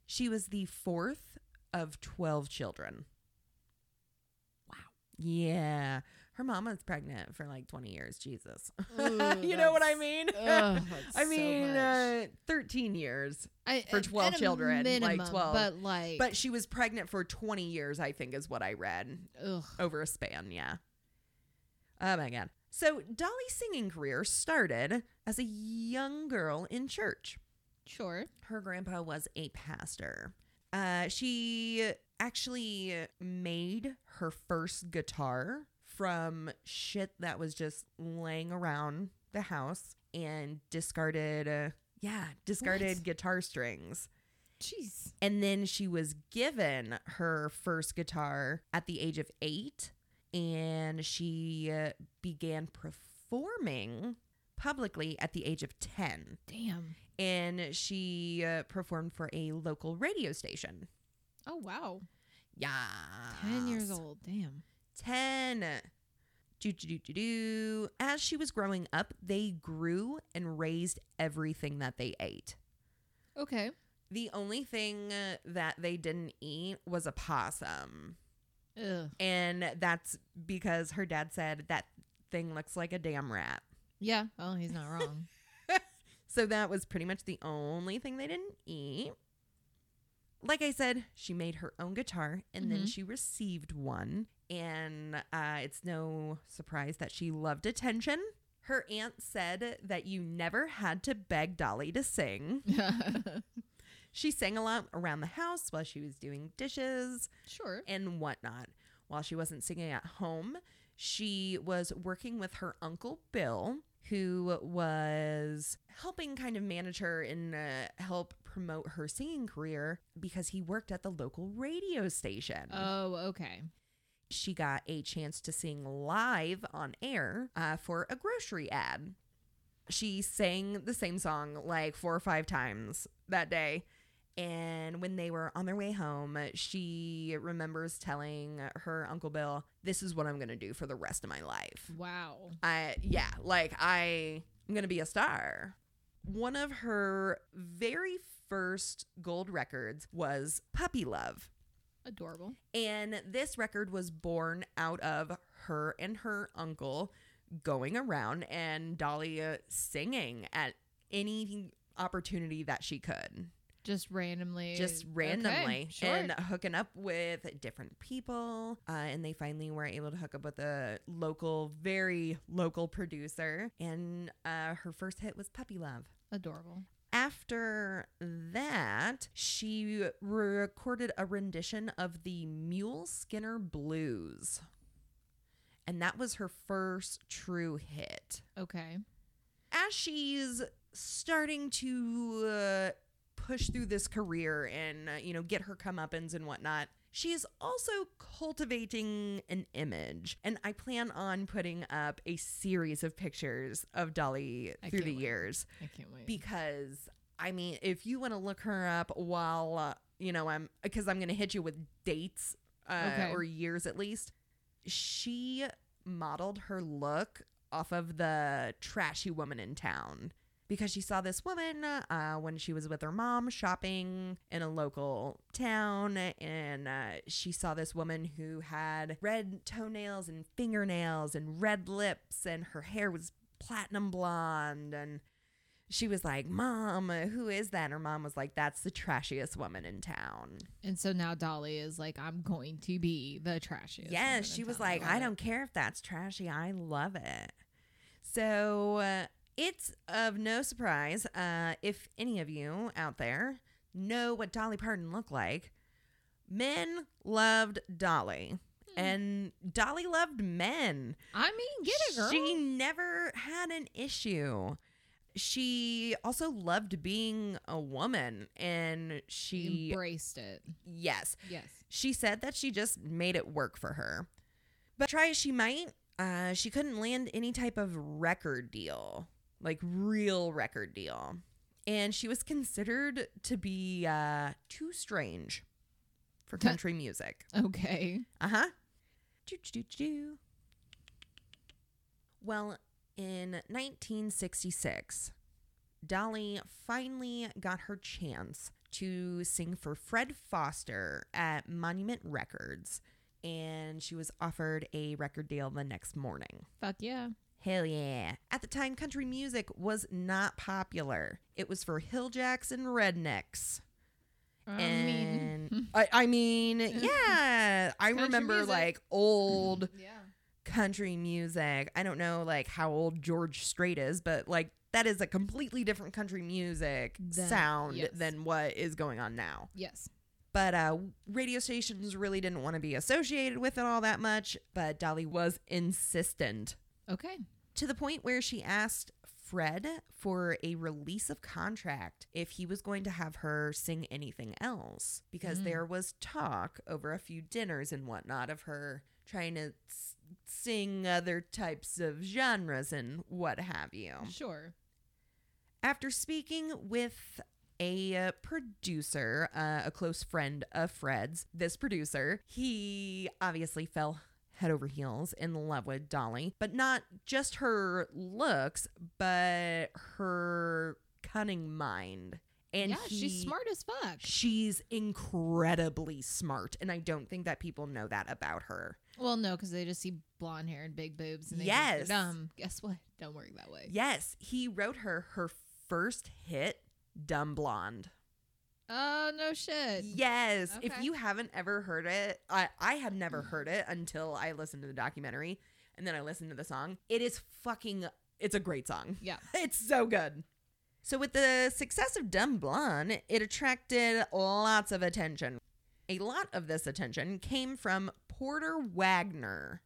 S2: she was the fourth of 12 children wow yeah her mama was pregnant for like 20 years jesus you know what i mean i mean uh, 13 years
S3: I,
S2: for
S3: at-
S2: 12
S3: at a
S2: children, like
S3: minimum,
S2: 12.
S3: but like,
S2: But she was pregnant for 20 years, I think, is what I read
S3: ugh,
S2: over a span. Yeah. Oh my God. So Dolly's singing career started as a young girl in church.
S3: sure.
S2: Her grandpa was a pastor. Uh, she actually made her first guitar from shit that was just laying around the house and discarded uh, Yeah, discarded
S3: What?
S2: guitar strings.
S3: Jeez.
S2: And then she was given her first guitar at the age of eight, and she uh, began performing publicly at the age of 10.
S3: Damn.
S2: And she uh, performed for a local radio station.
S3: Oh wow.
S2: Yeah. Ah,
S3: Ten years old. Damn.
S2: 10. Do, do, do, do, do. As she was growing up, they grew and raised everything that they ate.
S3: Okay.
S2: The only thing uh, that they didn't eat was a possum.
S3: Ugh.
S2: And that's because her dad said that thing looks like a damn rat.
S3: Yeah. Well, he's not wrong.
S2: So that was pretty much the only thing they didn't eat. Like I said, she made her own guitar and then
S3: Mhm.
S2: she received one. And uh, it's no surprise that she loved attention. Her aunt said that you never had to beg Dolly to sing. She sang a lot around the house while she was doing dishes.
S3: sure.
S2: and whatnot. While she wasn't singing at home, she was working with her uncle Bill, who was helping kind of manage her and uh, help promote her singing career because he worked at the local radio station.
S3: Oh, okay.
S2: she got a chance to sing live on air uh, for a grocery ad. She sang the same song like four or five times that day. And when they were on their way home, she remembers telling her Uncle Bill, This is what I'm going to do for the rest of my life.
S3: Wow.
S2: I yeah, like I I'm gonna be a star. One of her very first gold records was Puppy Love.
S3: Adorable.
S2: And this record was born out of her and her uncle going around and Dahlia singing at any opportunity that she could,
S3: Just randomly.
S2: just
S3: Okay,
S2: randomly,
S3: Sure.
S2: and hooking up with different people. Uh, and they finally were able to hook up with a local, very local producer. And uh, her first hit was Puppy Love.
S3: Adorable.
S2: After that, she recorded a rendition of the Mule Skinner Blues. And that was her first true hit.
S3: Okay.
S2: As she's starting to uh, push through this career and, uh, you know, get her comeuppance and whatnot, she is also cultivating an image. And I plan on putting up a series of pictures of Dolly
S3: I
S2: through
S3: can't
S2: the
S3: wait.
S2: years
S3: I can't wait.
S2: because I mean, if you want to look her up while uh, you know I'm, because I'm going to hit you with dates uh,
S3: Okay.
S2: or years at least. She modeled her look off of the trashy woman in town because she saw this woman uh, when she was with her mom shopping in a local town and uh, she saw this woman who had red toenails and fingernails and red lips and her hair was platinum blonde and she was like mom who is that and her mom was like that's the trashiest woman in town
S3: and so now Dolly is like, I'm going to be the trashiest. woman
S2: Yes,
S3: in
S2: she was
S3: town."
S2: like,
S3: love
S2: I
S3: it.
S2: don't care if that's trashy. I love it. So uh, it's of no surprise uh, if any of you out there know what Dolly Parton looked like. Men loved Dolly, and Dolly loved men.
S3: I mean, Hmm. get it, girl.
S2: She never had an issue. She also loved being a woman, and she,
S3: embraced it.
S2: yes,
S3: Yes.
S2: she said that she just made it work for her. But try as she might, uh, she couldn't land any type of record deal, like real record deal. And she was considered to be uh, too strange for country music.
S3: Okay.
S2: Uh huh. Well, in 1966, Dolly finally got her chance to sing for Fred Foster at Monument Records, and she was offered a record deal the next morning.
S3: Fuck yeah.
S2: Hell yeah. At the time, country music was not popular. It was for hill jacks and rednecks.
S3: I mean, hmm.
S2: and I, I mean, yeah, I
S3: Country
S2: remember
S3: music.
S2: like old
S3: yeah.
S2: country music. I don't know like how old George Strait is, but like that is a completely different country music
S3: That-
S2: sound
S3: yes.
S2: than what is going on now.
S3: Yes.
S2: But uh, radio stations really didn't want to be associated with it all that much. But Dolly was insistent
S3: Okay.
S2: to the point where she asked Fred for a release of contract if he was going to have her sing anything else because
S3: Mm.
S2: there was talk over a few dinners and whatnot of her trying to s- sing other types of genres and what have you.
S3: Sure.
S2: After speaking with a uh, producer, uh, a close friend of Fred's, this producer, he obviously fell head over heels in love with Dolly, but not just her looks, but her cunning mind. And
S3: yeah, she's
S2: he-
S3: smart as fuck.
S2: She's incredibly smart, and I don't think that people know that about her.
S3: Well, no, because they just see blonde hair and big boobs and they
S2: Yes.
S3: think they're dumb. Guess what? Don't work that way.
S2: Yes, he wrote her her first hit, "Dumb Blonde."
S3: Oh no shit.
S2: Yes. If
S3: Okay. Mm.
S2: you haven't ever heard it, I, I had never heard it until I listened to the documentary and then I listened to the song. It is fucking, it's a great song.
S3: Yeah.
S2: It's so good. So, with the success of Dumb Blonde, it attracted lots of attention. A lot of this attention came from Porter Wagner.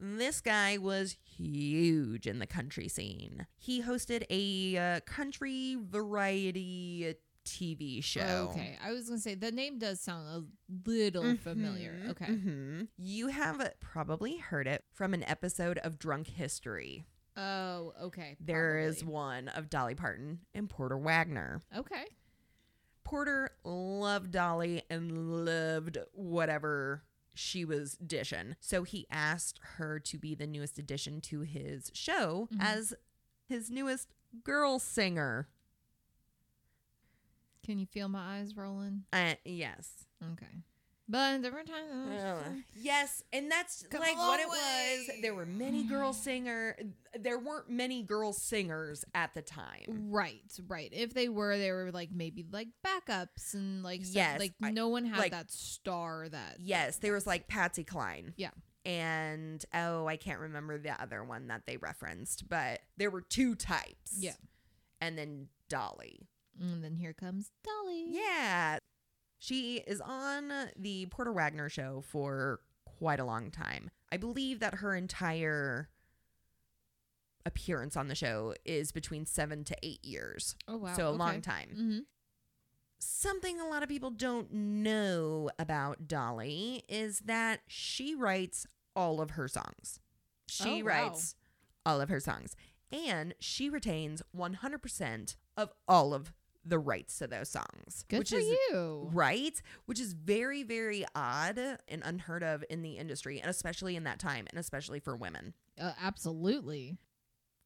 S2: This guy was huge in the country scene. He hosted a uh, country variety TV show.
S3: Okay. I was gonna say the name does sound a little familiar.
S2: Mhm,
S3: Okay.
S2: mhm. You have probably heard it from an episode of Drunk History.
S3: Oh, okay.
S2: There is
S3: probably.
S2: one of Dolly Parton and Porter Wagner.
S3: Okay.
S2: Porter loved Dolly and loved whatever she was dishing. So he asked her to be the newest addition to his show
S3: Mhm.
S2: as his newest girl singer.
S3: Can you feel my eyes rolling?
S2: Uh, yes.
S3: Okay. But in different times.
S2: Ugh. Yes, and that's
S3: Oh, Come
S2: like
S3: a
S2: what
S3: long
S2: it
S3: way.
S2: was. There were many girl singer. There weren't many girl singers at the time.
S3: Right, right. If they were, they were like maybe like backups and like stuff.
S2: Yes,
S3: like
S2: I-
S3: no one had
S2: like-
S3: that star that
S2: Yes, there was like Patsy Cline.
S3: Yeah.
S2: And oh, I can't remember the other one that they referenced, but there were two types.
S3: Yeah.
S2: And then Dolly.
S3: And Mm, then here comes Dolly.
S2: Yeah. She is on the Porter Wagner show for quite a long time. I believe that her entire appearance on the show is between seven to eight years.
S3: Oh wow.
S2: so a
S3: okay.
S2: long time.
S3: Mhm.
S2: Something a lot of people don't know about Dolly is that she writes all of her songs. She
S3: Oh, wow.
S2: writes all of her songs. And she retains 100% of all of the rights to those songs.
S3: Good
S2: which
S3: for
S2: is
S3: you.
S2: Right? Which is very, very odd and unheard of in the industry, and especially in that time, and especially for women.
S3: Uh, absolutely.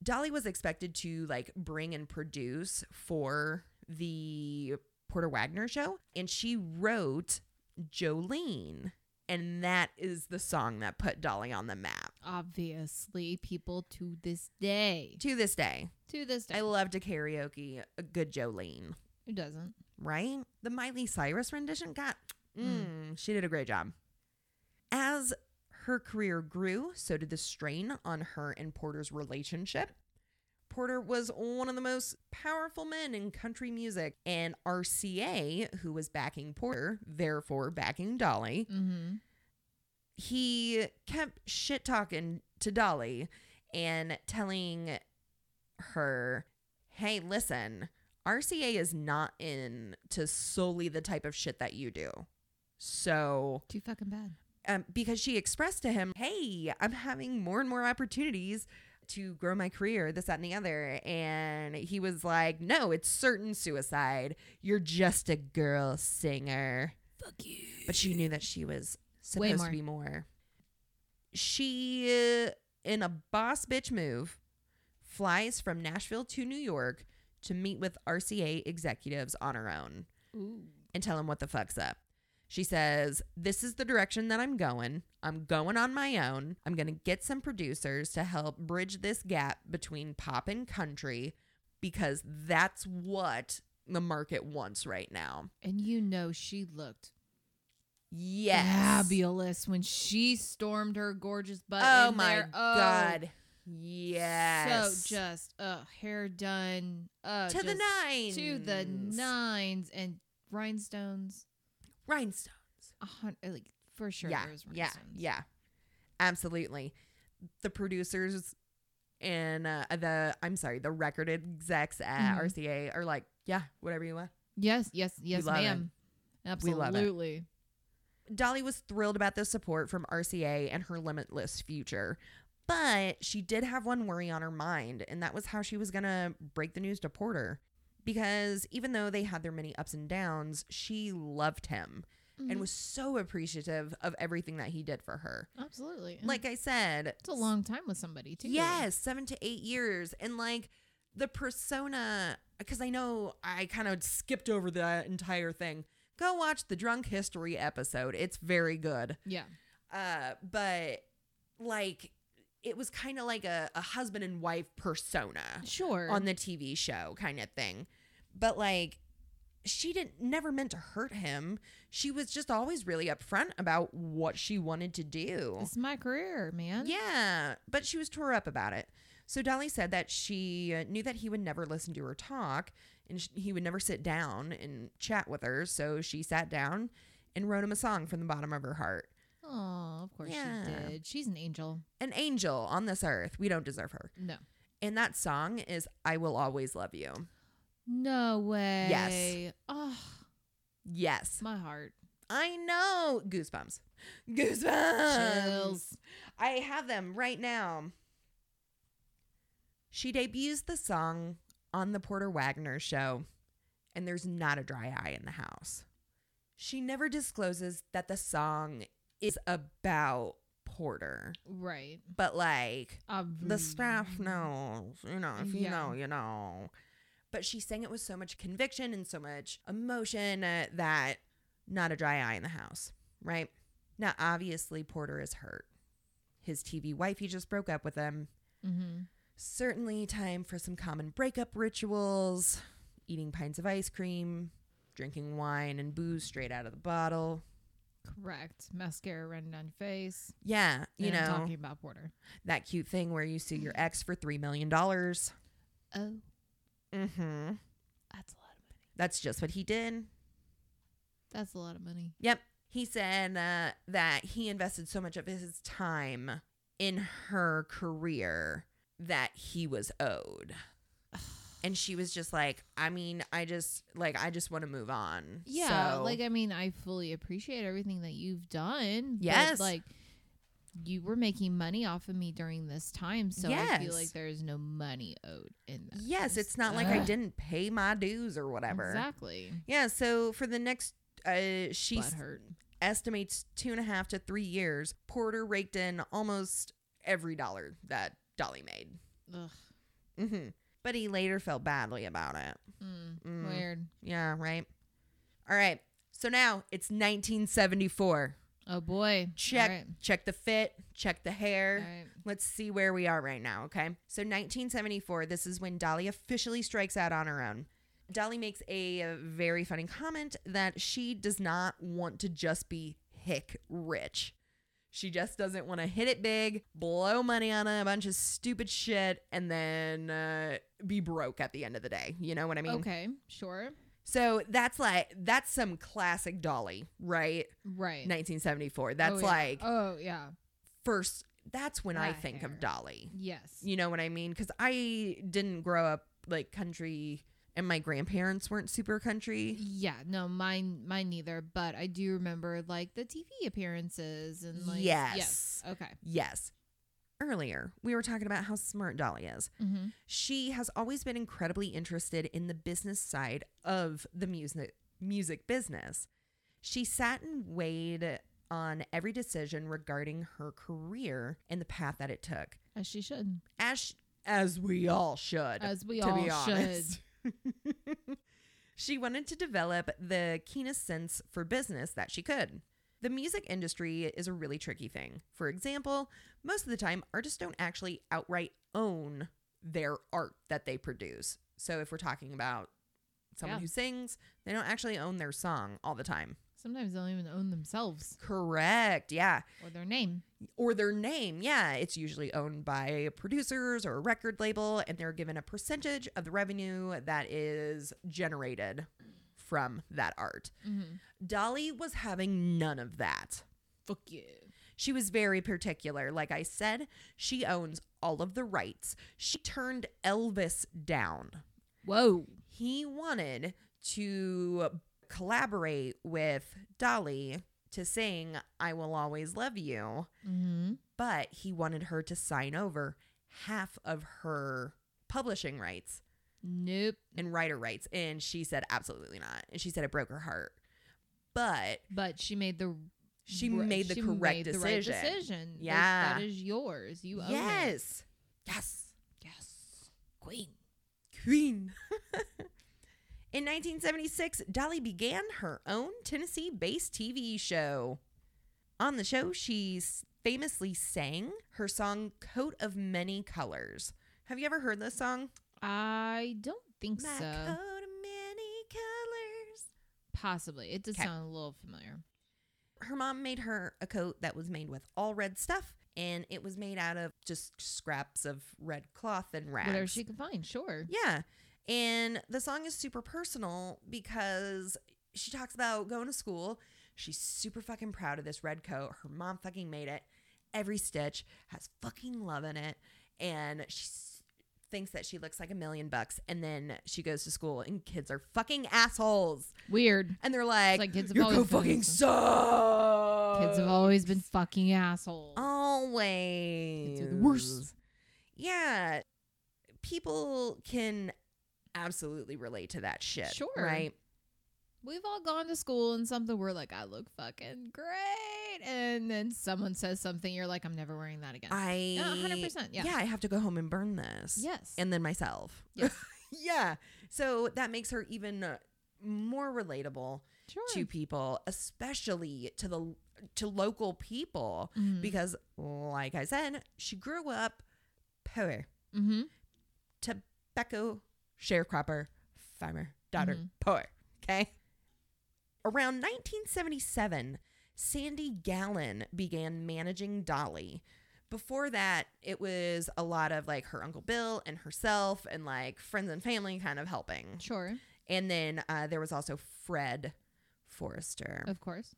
S2: Dolly was expected to like bring and produce for the Porter Wagner show, and she wrote Jolene. And that is the song that put Dolly on the map
S3: Obviously, people to this day,
S2: to this day.
S3: to this day,
S2: I love to karaoke a good Jolene,
S3: who doesn't?
S2: right? The Miley Cyrus rendition got, mm, she did a great job. As her career grew, so did the strain on her and Porter's relationship. Porter was one of the most powerful men in country music, and RCA, who was backing Porter, therefore backing Dolly,
S3: Mm-hmm.
S2: he kept shit talking to Dolly and telling her, "Hey, listen, RCA is not in to solely the type of shit that you do." So,
S3: Too fucking bad.
S2: um, because she expressed to him, "Hey, I'm having more and more opportunities." To grow my career, this, that, and the other. And he was like, No, it's certain suicide. You're just a girl singer
S3: Fuck you.
S2: but she knew that she was
S3: Way
S2: supposed
S3: more.
S2: to be more. She, uh, in a boss bitch move, flies from Nashville to New York to meet with RCA executives on her own
S3: Ooh.
S2: and tell them what the fuck's up. She says, This is the direction that I'm going. I'm going on my own. I'm going to get some producers to help bridge this gap between pop and country because that's what the market wants right now.
S3: And you know she looked
S2: Yes.
S3: fabulous when she stormed her gorgeous butt.
S2: Oh
S3: in
S2: my
S3: there. Oh,
S2: god. Yes.
S3: So just uh hair done uh
S2: to the
S3: just
S2: nines.
S3: to the
S2: nine
S3: nines and rhinestones
S2: Rhinestones.
S3: a hun- uh, like for sure
S2: yeah.
S3: there was
S2: yeah.
S3: rhinestones.
S2: Yeah. Absolutely. The producers and uh, the I'm sorry, the record execs at
S3: Mhm.
S2: RCA are like, yeah, whatever you want.
S3: Yes, yes, yes,
S2: love it.
S3: ma'am.
S2: We love it.
S3: Absolutely.
S2: Dolly was thrilled about the support from RCA and her limitless future. But she did have one worry on her mind, and that was how she was going to break the news to Porter. Because even though they had their many ups and downs, she loved him and
S3: Mhm.
S2: was so appreciative of everything that he did for her.
S3: absolutely And
S2: Like I said,
S3: it's a long time with somebody too.
S2: Yes, seven to eight years. And like the persona, because I know I kind of skipped over the entire thing. Go watch the drunk history episode. It's very good.
S3: Yeah.
S2: Uh, but like it was kind of like a, a husband and wife persona
S3: Sure.
S2: on the TV show kind of thing. But like she didn't never meant to hurt him. She was just always really upfront about what she wanted to do.
S3: this is my career, man.
S2: Yeah, but she was tore up about it. So Dolly said that she uh, knew that he would never listen to her talk and sh- he would never sit down and chat with her. So she sat down and wrote him a song from the bottom of her heart.
S3: Oh, of course
S2: Yeah.
S3: she did. She's an angel.
S2: An angel on this earth. We don't deserve her.
S3: No.
S2: And that song is I Will Always Love You.
S3: No way. Oh,
S2: Yes.
S3: my heart.
S2: I know. Goosebumps. Goosebumps.
S3: Chills.
S2: I have them right now. She debuts the song on the Porter Wagner show, and there's not a dry eye in the house. She never discloses that the song is about Porter,
S3: Right.
S2: but like
S3: Um,
S2: the staff knows, you know, if you
S3: Yeah.
S2: know, you know. But she sang it with so much conviction and so much emotion uh, that not a dry eye in the house, right? Now, obviously, Porter is hurt. His TV wife, he just broke up with him.
S3: Mhm.
S2: Certainly, time for some common breakup rituals eating pints of ice cream, drinking wine and booze straight out of the bottle.
S3: Correct. Mascara running down your face.
S2: Yeah, you
S3: And I'm
S2: know,
S3: talking about Porter.
S2: that cute thing where you sue your ex for $3 million. Mm
S3: Oh, Mm-hmm.
S2: hmm.
S3: that's a lot of money.
S2: That's just what he did.
S3: That's a lot of money.
S2: Yep. He said uh, that he invested so much of his time in her career that he was owed. And she was just like, I mean, I just like I just want to move on.
S3: Yeah,
S2: So-
S3: like I mean, I fully appreciate everything that you've done. but,
S2: Yes.
S3: like you were making money off of me during this time, so I
S2: Yes.
S3: feel like there is no money owed in that.
S2: yes,
S3: Just-
S2: it's not like I
S3: Ugh.
S2: didn't pay my dues or whatever.
S3: Exactly.
S2: Yeah. So for the next, uh, she
S3: Butt
S2: s-
S3: hurt.
S2: estimates two and a half to three years. Porter raked in almost every dollar that Dolly made.
S3: Ugh.
S2: hmm But he later felt badly about it.
S3: Mm,
S2: Mm.
S3: Weird.
S2: Yeah, right. All right. So now it's 1974.
S3: Oh boy.
S2: Check
S3: All right.
S2: check the fit, check the hair.
S3: All right.
S2: Let's see where we are right now, okay? So 1974, this is when Dolly officially strikes out on her own. Dolly makes a very funny comment that she does not want to just be hick rich. She just doesn't want to hit it big, blow money on a bunch of stupid shit, and then uh, be broke at the end of the day. You know what I mean?
S3: okay. Sure.
S2: So that's like that's some classic Dolly, right?
S3: Right.
S2: 1974. That's
S3: Oh, yeah.
S2: like
S3: Oh yeah.
S2: first. That's when I
S3: That
S2: think
S3: hair.
S2: of Dolly.
S3: Yes.
S2: You know what I mean? Because I didn't grow up like country, and my grandparents weren't super country.
S3: Yeah, no, mine, mine neither. But I do remember like the TV appearances and like
S2: Yes.
S3: okay,
S2: Yes. Earlier, we were talking about how smart Dolly is.
S3: mm-hmm.
S2: She has always been incredibly interested in the business side of the music music business. She sat and weighed on every decision regarding her career and the path that it took.
S3: as she should,
S2: As sh- as we all should,
S3: as we
S2: Uh, to
S3: all
S2: be
S3: should.
S2: honest. she wanted to develop the keenest sense for business that she could. The music industry is a really tricky thing. For example, most of the time, artists don't actually outright own their art that they produce. So, if we're talking about someone
S3: Yeah.
S2: who sings, they don't actually own their song all the time.
S3: Sometimes they don't even own themselves
S2: Correct. Yeah.
S3: or their name.
S2: Or their name. Yeah. It's usually owned by producers or a record label, and they're given a percentage of the revenue that is generated from that art.
S3: Mm-hmm.
S2: Dolly was having none of that.
S3: Fuck you.
S2: She was very particular. Like I said, she owns all of the rights. She turned Elvis down.
S3: Whoa.
S2: He wanted to collaborate with Dolly to sing I Will Always Love You,
S3: Mm-hmm.
S2: but he wanted her to sign over half of her publishing rights
S3: Nope.
S2: and writer rights. And she said, absolutely not. And she said it broke her heart. But
S3: But she made the
S2: she
S3: ri-
S2: made the
S3: she
S2: correct
S3: made the right
S2: decision.
S3: decision. Like,
S2: Yeah.
S3: that is yours. You own it.
S2: yes. Yes.
S3: Yes. Queen.
S2: Queen. In 1976, Dolly began her own Tennessee based TV show. On the show, she s- famously sang her song Coat of Many Colors. Have you ever heard this song?
S3: I don't think
S2: My
S3: so.
S2: coat of many colors.
S3: Possibly. It does
S2: 'Kay.
S3: sound a little familiar.
S2: her mom made her a coat that was made with all red stuff and it was made out of just scraps of red cloth and rags.
S3: Whatever she can find, sure.
S2: yeah. And the song is super personal because she talks about going to school. She's super fucking proud of this red coat. Her mom fucking made it. Every stitch has fucking love in it. And she s- thinks that she looks like a million bucks. And then she goes to school and kids are fucking assholes.
S3: Weird.
S2: And they're like,
S3: like kids have
S2: your
S3: always
S2: coat
S3: been
S2: fucking sucks. Oh,
S3: Kids have always been fucking assholes.
S2: Always.
S3: Kids are the worst.
S2: Yeah. People can absolutely relate to that shit.
S3: Sure.
S2: Right?
S3: We've all gone to school and something we're like, I look fucking great. And then someone says something, you're like, I'm never wearing that again.
S2: I.
S3: Yeah, 100%, yeah.
S2: I have to go home and burn this.
S3: yes.
S2: And then myself.
S3: Yes.
S2: yeah. So that makes her even uh, more relatable
S3: sure.
S2: to people, especially to the to local people
S3: Mhm.
S2: because like I said, she grew up poor.
S3: Mhm.
S2: tobacco sharecropper farmer daughter
S3: Mhm.
S2: poor okay around 1977 sandy gallen began managing dolly before that it was a lot of like her uncle bill and herself and like friends and family kind of helping
S3: Sure.
S2: and then uh, there was also fred forrester
S3: Of course.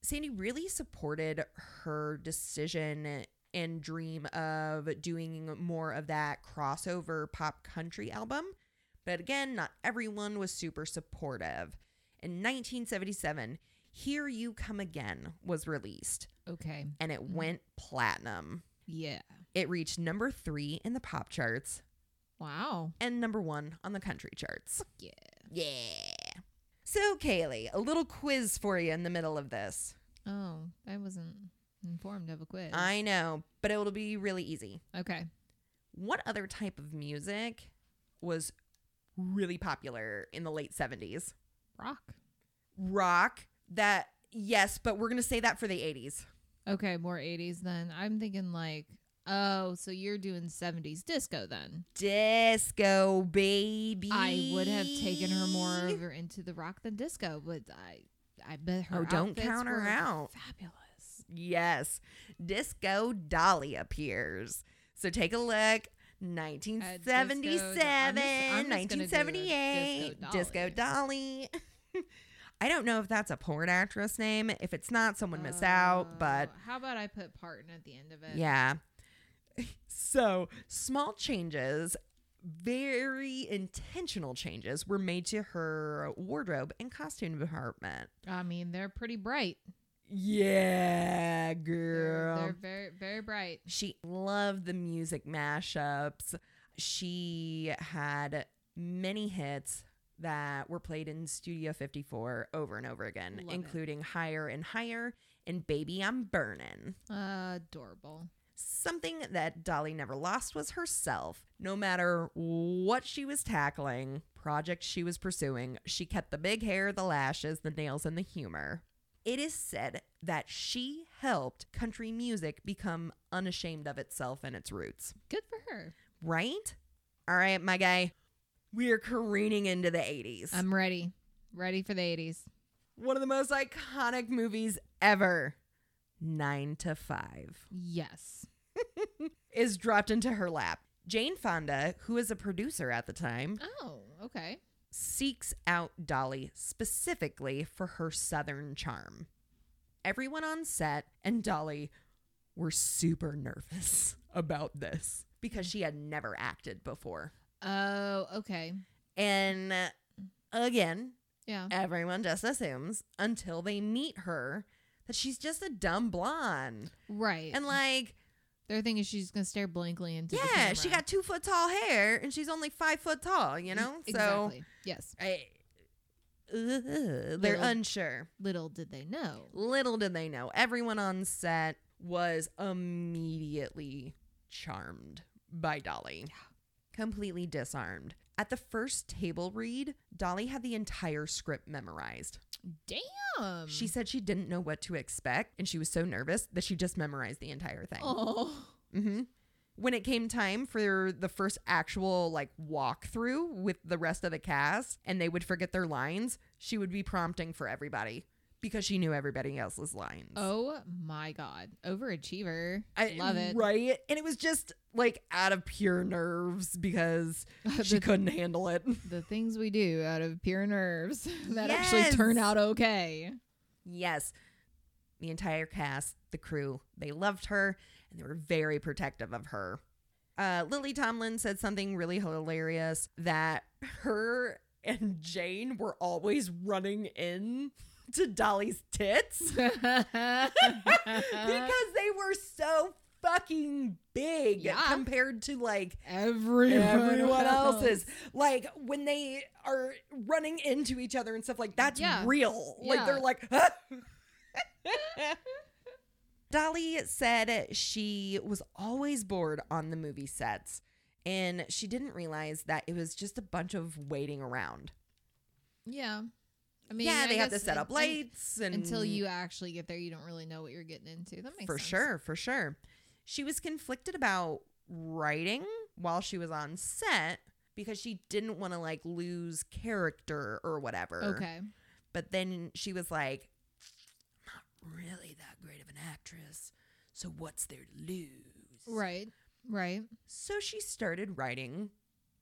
S2: Sandy really supported her decision and dream of doing more of that crossover pop country album. But again, not everyone was super supportive. In 1977, Here You Come Again was released
S3: Okay.
S2: and it went platinum.
S3: Yeah.
S2: It reached number three in the pop charts
S3: Wow.
S2: and number one on the country charts.
S3: Yeah.
S2: Yeah. So, Kaylee, a little quiz for you in the middle of this.
S3: Oh, I wasn't informed of a quiz.
S2: I know, but it'll be really easy.
S3: okay.
S2: What other type of music was really popular in the late 70s?
S3: Rock.
S2: Rock, that, yes, but we're going to say that for the 80s.
S3: Okay, more eighties then. I'm thinking like, oh, so you're doing seventies disco then.
S2: Disco, baby.
S3: I would have taken her more over into the rock than disco, but I I bet her
S2: Oh, don't
S3: outfits
S2: count her
S3: were
S2: out.
S3: Fabulous.
S2: Yes. Disco Dolly appears. So take a look. 1977,
S3: I'm just- I'm just gonna do a
S2: 1978, Disco
S3: Disco
S2: Dolly. I don't know if that's a porn actress name. If it's not, someone missed out, but
S3: Oh, how about I put Parton at the end of it?
S2: yeah. So, small changes, very intentional changes were made to her wardrobe and costume department.
S3: I mean, they're pretty bright.
S2: Yeah,
S3: They're,
S2: girl.
S3: they're very very bright.
S2: She loved the music mashups. She had many hits that were played in Studio 54 over and over again,
S3: Love it.
S2: including Higher and Higher and Baby I'm Burnin'.
S3: Adorable.
S2: Something that Dolly never lost was herself. No matter what she was tackling, project she was pursuing, she kept the big hair, the lashes, the nails, and the humor. It is said that she helped country music become unashamed of itself and its roots.
S3: Good for her.
S2: Right? All right, my guy. We are careening into the 80s.
S3: I'm ready. Ready for the 80s.
S2: One of the most iconic movies ever, Nine to Five.
S3: Yes.
S2: is dropped into her lap. Jane Fonda, who is a producer at the time,
S3: Oh, okay.
S2: seeks out Dolly specifically for her southern charm. everyone on set and Dolly were super nervous about this because she had never acted before.
S3: Oh, okay.
S2: And uh, again,
S3: Yeah.
S2: everyone just assumes until they meet her that she's just a dumb blonde.
S3: Right.
S2: And like,
S3: Their thing is she's gonna stare blankly into the
S2: yeah, she
S3: camera.
S2: got two foot tall hair and she's only five foot tall, you know? So
S3: exactly. yes.
S2: I, Ugh, they're
S3: Little-
S2: unsure.
S3: Little did they know.
S2: Little did they know, everyone on set was immediately charmed by Dolly. Completely disarmed. At the first table read, Dolly had the entire script memorized.
S3: Damn.
S2: She said she didn't know what to expect and she was so nervous that she just memorized the entire thing.
S3: Oh.
S2: hmm When it came time for the first actual like walkthrough with the rest of the cast and they would forget their lines, she would be prompting for everybody because she knew everybody else's lines.
S3: Oh my god. Overachiever. I love it.
S2: Right? And it was just like out of pure nerves because she
S3: the,
S2: couldn't handle it.
S3: the things we do out of pure nerves that actually turn
S2: Yes.
S3: out okay.
S2: Yes. The entire cast, the crew, they loved her and they were very protective of her. Uh, Lily Tomlin said something really hilarious that her and Jane were always running in to Dolly's tits
S3: Uh-huh.
S2: because they were so fucking big
S3: Yeah.
S2: compared to like
S3: everyone,
S2: everyone else's. Like when they are running into each other and stuff like that's
S3: Yeah.
S2: real. Like
S3: Yeah.
S2: they're like. "Huh?" Dolly said she was always bored on the movie sets and she didn't realize that it was just a bunch of waiting around.
S3: Yeah. I mean,
S2: yeah,
S3: I
S2: they have to
S3: guess
S2: set
S3: un-
S2: up
S3: un-
S2: lights and
S3: until you actually get there. You don't really know what you're getting into. That makes
S2: for
S3: sense.
S2: sure for sure she was conflicted about writing while she was on set because she didn't want to like lose character or whatever
S3: Okay.
S2: but then she was like I'm not really that great of an actress so what's there to lose
S3: Right. Right.
S2: so she started writing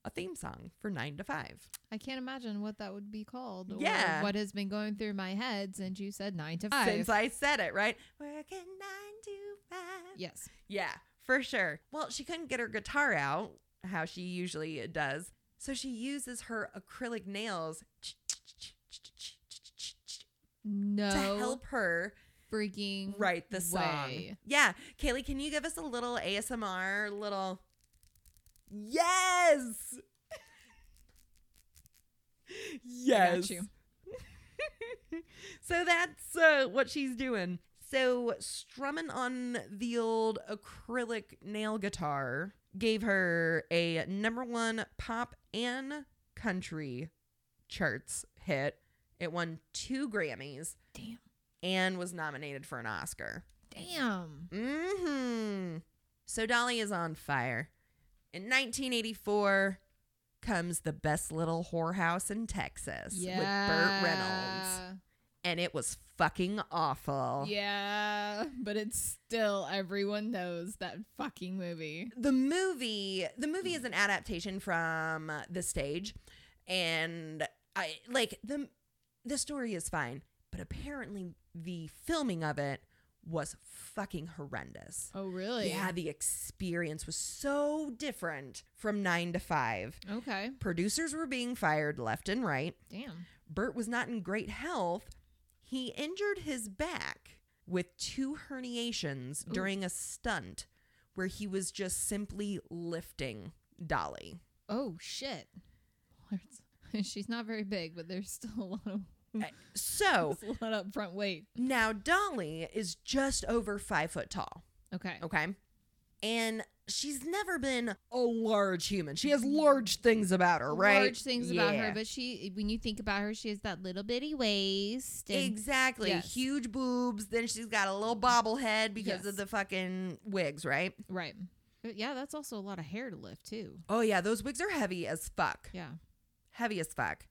S2: a theme song for nine to five
S3: I can't imagine what that would be called. or
S2: Yeah.
S3: what has been going through my head since you said nine to five.
S2: since i said it right working nine to five
S3: yes.
S2: Yeah, for sure. Well, she couldn't get her guitar out, how she usually does. So she uses her acrylic nails
S3: No.
S2: to help her
S3: freaking
S2: write the song.
S3: way.
S2: Yeah. Kaylee, can you give us a little ASMR, little. Yes!
S3: I
S2: yes.
S3: Got you.
S2: So that's uh, what she's doing. So strumming on the old acrylic nail guitar gave her a number one pop and country charts hit. It won two Grammys
S3: Damn.
S2: and was nominated for an Oscar.
S3: Damn.
S2: Mm-hmm. So Dolly is on fire. In 1984 comes the best little whorehouse in Texas with Burt Reynolds and it was fucking awful.
S3: Yeah, but it's still everyone knows that fucking movie.
S2: The movie, the movie is an adaptation from uh, the stage, and I like the the story is fine, but apparently the filming of it was fucking horrendous.
S3: Oh, really?
S2: Yeah, the experience was so different from 9 to 5.
S3: Okay.
S2: Producers were being fired left and right.
S3: Damn.
S2: Bert was not in great health. He injured his back with two herniations
S3: Ooh.
S2: during a stunt where he was just simply lifting Dolly.
S3: Oh shit. She's not very big, but there's still a lot of
S2: So Oh.
S3: there's a lot of front weight.
S2: now Dolly is just over five foot tall,
S3: Okay.
S2: okay? And she's never been a large human. She has large things about her, right?
S3: Large things about
S2: Yeah.
S3: her, but she when you think about her, she has that little bitty waist. And
S2: Exactly.
S3: Yes.
S2: Huge boobs. Then she's got a little bobblehead because
S3: Yes.
S2: of the fucking wigs, right?
S3: Right. But yeah, that's also a lot of hair to lift too.
S2: Oh, yeah. Those wigs are heavy as fuck.
S3: Yeah.
S2: heavy as fuck.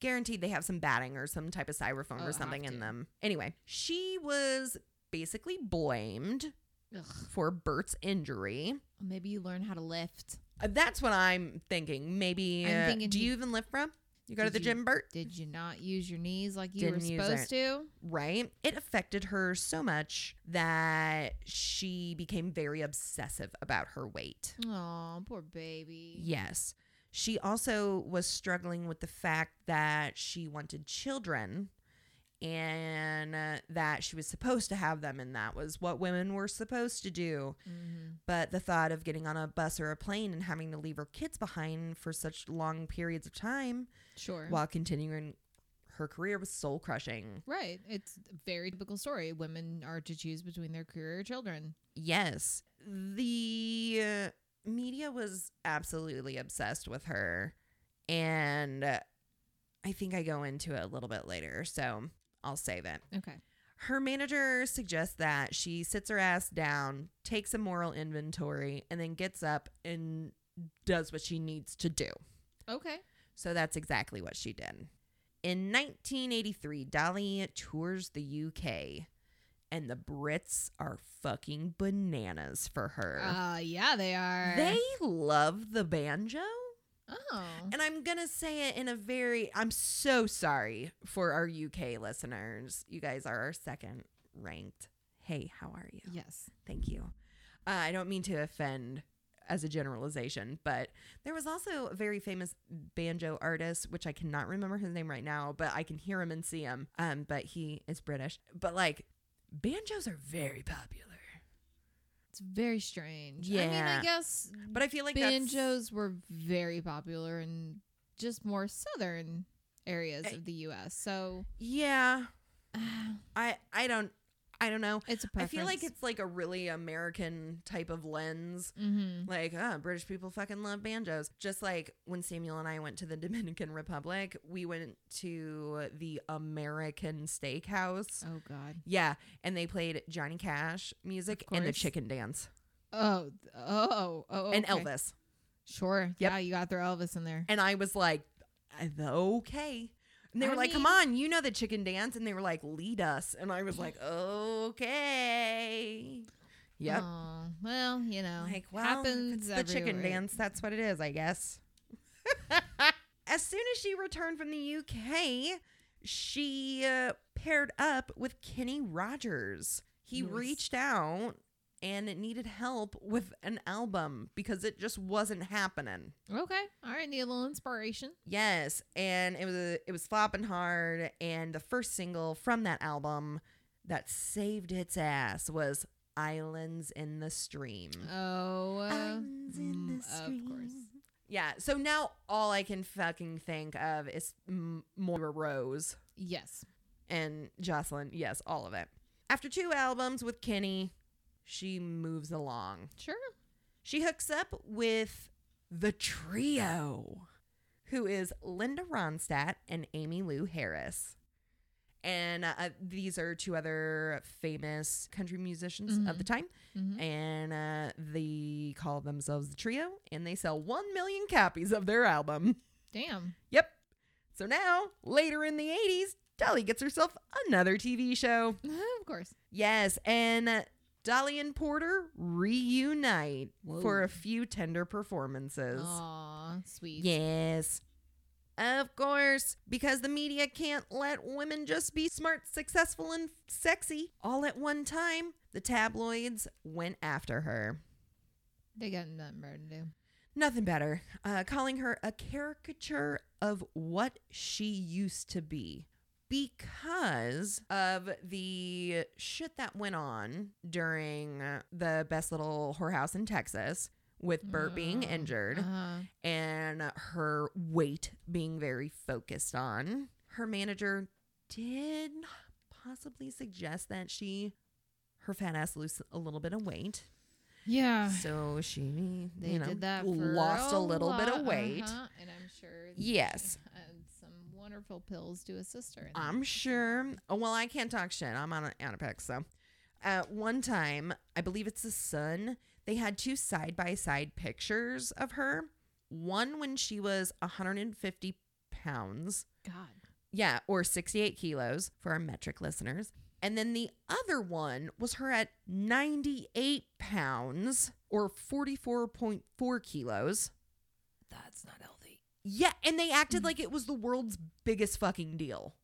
S2: Guaranteed they have some batting or some type of styrofoam
S3: Oh,
S2: or
S3: have
S2: something
S3: to.
S2: in them. Anyway, she was basically blamed
S3: Ugh.
S2: for Bert's injury.
S3: Maybe you learn how to lift.
S2: Uh, That's what I'm thinking. Maybe
S3: I'm
S2: uh,
S3: thinking
S2: do
S3: he-
S2: you even lift, bro? You go to
S3: Did
S2: the
S3: you-
S2: gym, Bert?
S3: Did you not use your knees like you
S2: Didn't
S3: were
S2: use
S3: supposed to?
S2: right? It affected her so much that she became very obsessive about her weight.
S3: Oh, poor baby.
S2: Yes. She also was struggling with the fact that she wanted children and uh, that she was supposed to have them and that was what women were supposed to do.
S3: Mhm.
S2: But the thought of getting on a bus or a plane and having to leave her kids behind for such long periods of time
S3: Sure.
S2: while continuing her career was soul crushing.
S3: Right. It's a very typical story. Women are to choose between their career or children.
S2: Yes. The uh, media was absolutely obsessed with her. And uh, I think I go into it a little bit later. So I'll save it.
S3: Okay.
S2: Her manager suggests that she sits her ass down, takes a moral inventory, and then gets up and does what she needs to do.
S3: Okay.
S2: So that's exactly what she did. In 1983, Dolly tours the UK, and the Brits are fucking bananas for her.
S3: Uh, yeah, they are.
S2: They love the banjo.
S3: Oh.
S2: And I'm going to say it in a very, I'm so sorry for our UK listeners. You guys are our second ranked. Hey, how are you?
S3: Yes.
S2: Thank you. Uh, I don't mean to offend as a generalization, but there was also a very famous banjo artist, which I cannot remember his name right now, but I can hear him and see him. Um, but he is British. But like, banjos are very popular.
S3: It's very strange. I mean,
S2: Yeah.
S3: I guess
S2: But I feel like that's,
S3: banjos were very popular in just more southern areas
S2: Uh,
S3: of the U.S. So
S2: yeah.
S3: uh,
S2: I I don't I don't know.
S3: it's a
S2: I
S3: preference.
S2: feel like it's like a really American type of lens.
S3: Mm-hmm.
S2: Like, ah, British people fucking love banjos. Just like when Samuel and I went to the Dominican Republic, we went to the American Steakhouse.
S3: Oh God.
S2: Yeah, and they played Johnny Cash music and the
S3: course.
S2: chicken dance
S3: Oh. th- Oh. Oh.
S2: and
S3: okay.
S2: Elvis.
S3: Sure. Yeah, you got to throw Elvis in there.
S2: And I was like, I- okay. And they
S3: I
S2: were like, come
S3: mean-
S2: on, you know the chicken dance. And they were like, lead us. And I was like, okay. Yep.
S3: Oh, well, you know,
S2: like well, happens
S3: happens.
S2: it's the chicken
S3: everywhere.
S2: dance that's what it is i guess as soon as she returned from the uk she uh, paired up with kenny rogers he
S3: Nice.
S2: reached out and needed help with an album because it just wasn't happening
S3: Okay. All right. Need a little inspiration.
S2: Yes, and it was a, it was flopping hard, and the first single from that album that saved its ass was "Islands in the Stream."
S3: Oh, uh,
S2: Islands in the
S3: mm, of course.
S2: stream. Yeah, so now all I can fucking think of is M- Moira Rose
S3: Yes.
S2: and Jocelyn. Yes, all of it. After two albums with Kenny, she moves along.
S3: Sure.
S2: She hooks up with the trio, who is Linda Ronstadt and Amy Lou Harris. And uh, these are two other famous country musicians of
S3: Mhm.
S2: the time.
S3: Mhm.
S2: And uh, they call themselves the trio, and they sell 1 million copies of their album.
S3: Damn.
S2: Yep. So now, later in the 80s, Dolly gets herself another TV show.
S3: of course.
S2: Yes, and uh, Dolly and Porter reunite for
S3: Whoa.
S2: a few tender performances.
S3: Aw, sweet.
S2: Yes. Of course, because the media can't let women just be smart, successful, and sexy all at one time, the tabloids went after her.
S3: They got nothing better to do.
S2: Nothing better. Uh, calling her a caricature of what she used to be because of the shit that went on during uh, the best little whorehouse in Texas with Bert being
S3: Uh,
S2: injured
S3: uh-huh.
S2: and her weight being very focused on. Her manager did possibly suggest that she, her fat ass, lose a little bit of weight.
S3: Yeah.
S2: So she,
S3: They
S2: you know,
S3: did that. For
S2: lost a little bit of
S3: lot,
S2: weight.
S3: uh-huh, And I'm sure. that
S2: Yes.
S3: she Had some wonderful pills to assist her. in that.
S2: I'm sure. oh, Well, I can't talk shit. I'm on an Anapex, so. Uh, one time, I believe it's the Sun. They had two side by side pictures of her. One when she was 150 pounds,
S3: God.
S2: Yeah, or 68 kilos for our metric listeners. And then the other one was her at 98 pounds or 44.4 kilos.
S3: That's not healthy.
S2: Yeah, and they acted like it was the world's biggest fucking deal.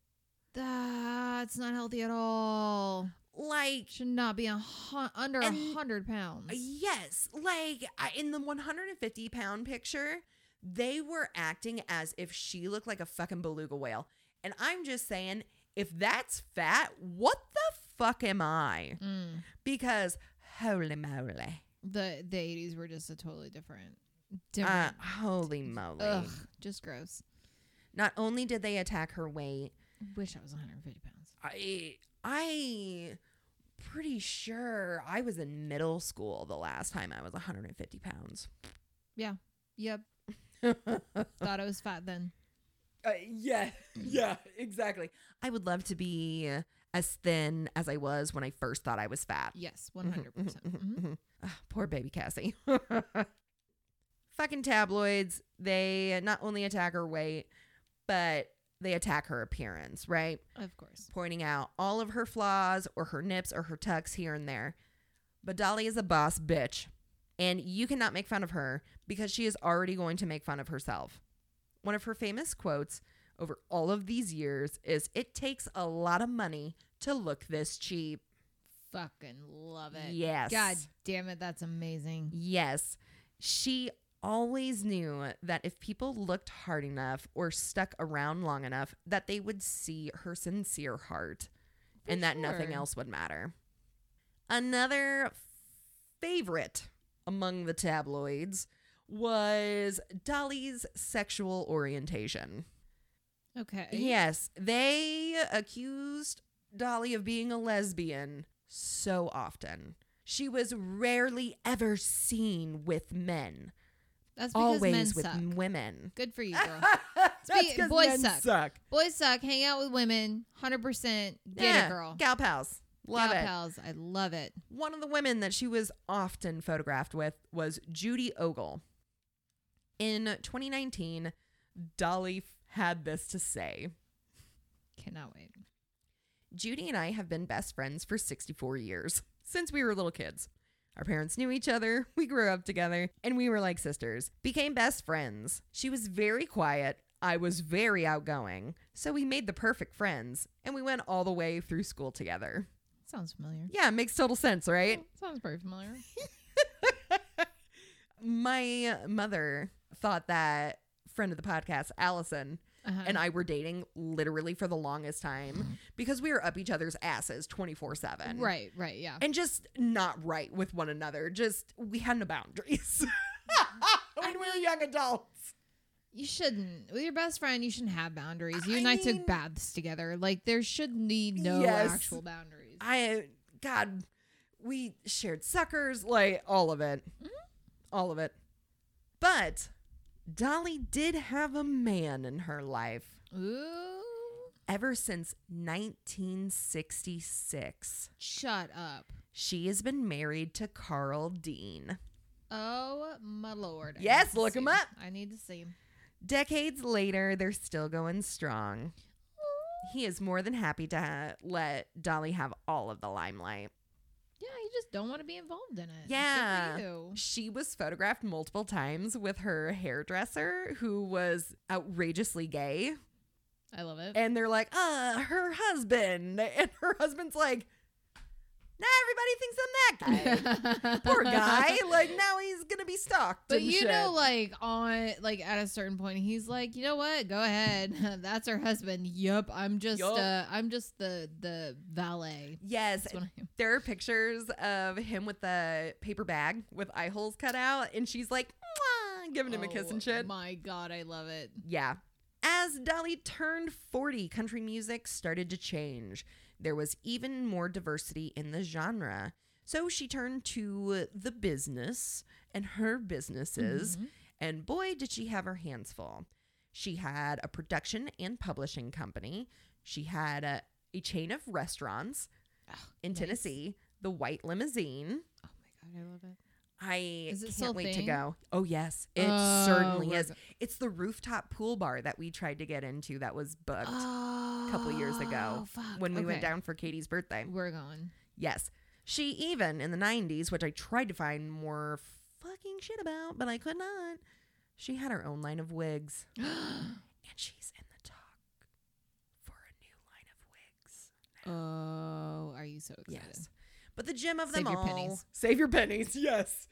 S3: That's not healthy at all.
S2: Like
S3: Should not be a hun- under a
S2: And-
S3: hundred pounds.
S2: Yes, like I- in the 150 pound picture, they were acting as if she looked like a fucking beluga whale. And I'm just saying, if that's fat, what the fuck am I?
S3: Mm.
S2: Because holy moly,
S3: The the eighties were just a totally different,
S2: uh,
S3: different.
S2: holy moly!
S3: ugh, just gross.
S2: Not only did they attack her weight,
S3: Wish I was 150 pounds.
S2: I I pretty sure I was in middle school the last time I was 150 pounds.
S3: Yep, thought I was fat then.
S2: Uh, yeah, yeah, exactly. I would love to be as thin as I was when I first thought I was fat.
S3: Yes, 100. percent hmm
S2: Ah, poor baby Cassie. Fucking tabloids. They not only attack her weight, but they attack her appearance, right?
S3: Of course.
S2: Pointing out all of her flaws or her nips or her tucks here and there. But Dolly is a boss bitch, and you cannot make fun of her because she is already going to make fun of herself. One of her famous quotes over all of these years is It takes a lot of money to look this cheap.
S3: Fucking love it.
S2: Yes.
S3: God damn it, that's amazing.
S2: Yes. She always knew that if people looked hard enough or stuck around long enough, that they would see her sincere heart
S3: For
S2: and that nothing
S3: sure.
S2: else would matter. Another favorite among the tabloids was Dolly's sexual orientation.
S3: Okay.
S2: Yes, they accused Dolly of being a lesbian so often. She was rarely ever seen with men,
S3: That's because men
S2: always with
S3: suck.
S2: women.
S3: Good for you, girl.
S2: That's
S3: Spe- boys suck. Boys suck. Hang out with women. 100%. Get
S2: Yeah,
S3: it, girl.
S2: Gal pals. Love
S3: Gal
S2: it.
S3: pals. I love it.
S2: One of the women that she was often photographed with was Judy Ogle. In 2019, Dolly had this to say.
S3: Cannot wait.
S2: Judy and I have been best friends for 64 years, since we were little kids. Our parents knew each other, we grew up together, and we were like sisters, became best friends. She was very quiet, I was very outgoing, so we made the perfect friends, and we went all the way through school together.
S3: Sounds familiar.
S2: Yeah, it makes total sense, right?
S3: Sounds very familiar.
S2: My mother thought that friend of the podcast, Allison,
S3: Uh-huh.
S2: and I were dating literally for the longest time because we were up each other's asses 24 7.
S3: Right, right, yeah.
S2: and just not right with one another. Just we had no boundaries when we were young adults.
S3: You shouldn't. With your best friend, you shouldn't have boundaries. You
S2: I
S3: and I
S2: mean-
S3: took baths together. Like, there should be no
S2: Yes.
S3: actual boundaries.
S2: I God, we shared suckers, like all of it, all of it. But Dolly did have a man in her life
S3: Ooh.
S2: ever since 1966.
S3: Shut up.
S2: She has been married to Carl Dean.
S3: Oh, my lord. I
S2: Yes,
S3: need to
S2: look
S3: see
S2: 'em up.
S3: I need to see 'em.
S2: Decades later, they're still going strong. He is more than happy to ha- let Dolly have all of the limelight.
S3: Yeah, you just don't want to be involved in it. Good for
S2: Yeah.
S3: you.
S2: She was photographed multiple times with her hairdresser, who was outrageously gay.
S3: I love it.
S2: And they're like, uh, her husband. And her husband's like, now everybody thinks I'm that guy. Poor guy. Like, now he's going to be stalked.
S3: But
S2: and
S3: you
S2: shit.
S3: know, like on like at a certain point, he's like, you know what? Go ahead. That's her husband. Yup. I'm just
S2: Yup.
S3: uh I'm just the the valet.
S2: yes.
S3: That's what I am.
S2: There are pictures of him with the paper bag with eye holes cut out. And she's like, "Mwah," giving him a kiss
S3: Oh,
S2: and shit.
S3: My God, I love it.
S2: Yeah. As Dolly turned 40, country music started to change. There was even more diversity in the genre. So she turned to the business and her businesses.
S3: Mhm.
S2: And boy, did she have her hands full. She had a production and publishing company, she had a, a chain of restaurants
S3: Oh,
S2: in
S3: nice.
S2: Tennessee, the White Limousine.
S3: Oh my God, I love it.
S2: I
S3: Is it still
S2: can't wait to
S3: thing?
S2: go. Oh yes, it
S3: Oh,
S2: certainly
S3: we're
S2: is.
S3: go-
S2: It's the rooftop pool bar that we tried to get into that was booked
S3: Oh,
S2: couple years ago
S3: fuck.
S2: when we went
S3: Okay.
S2: down for Katie's birthday.
S3: We're going.
S2: Yes. She even in the 90s, which I tried to find more fucking shit about, but I could not. She had her own line of wigs, and she's in the talk for a new line of wigs.
S3: oh, are you so excited?
S2: Yes. But the gem of
S3: Save
S2: them
S3: your
S2: all,
S3: pennies.
S2: save your pennies. Yes,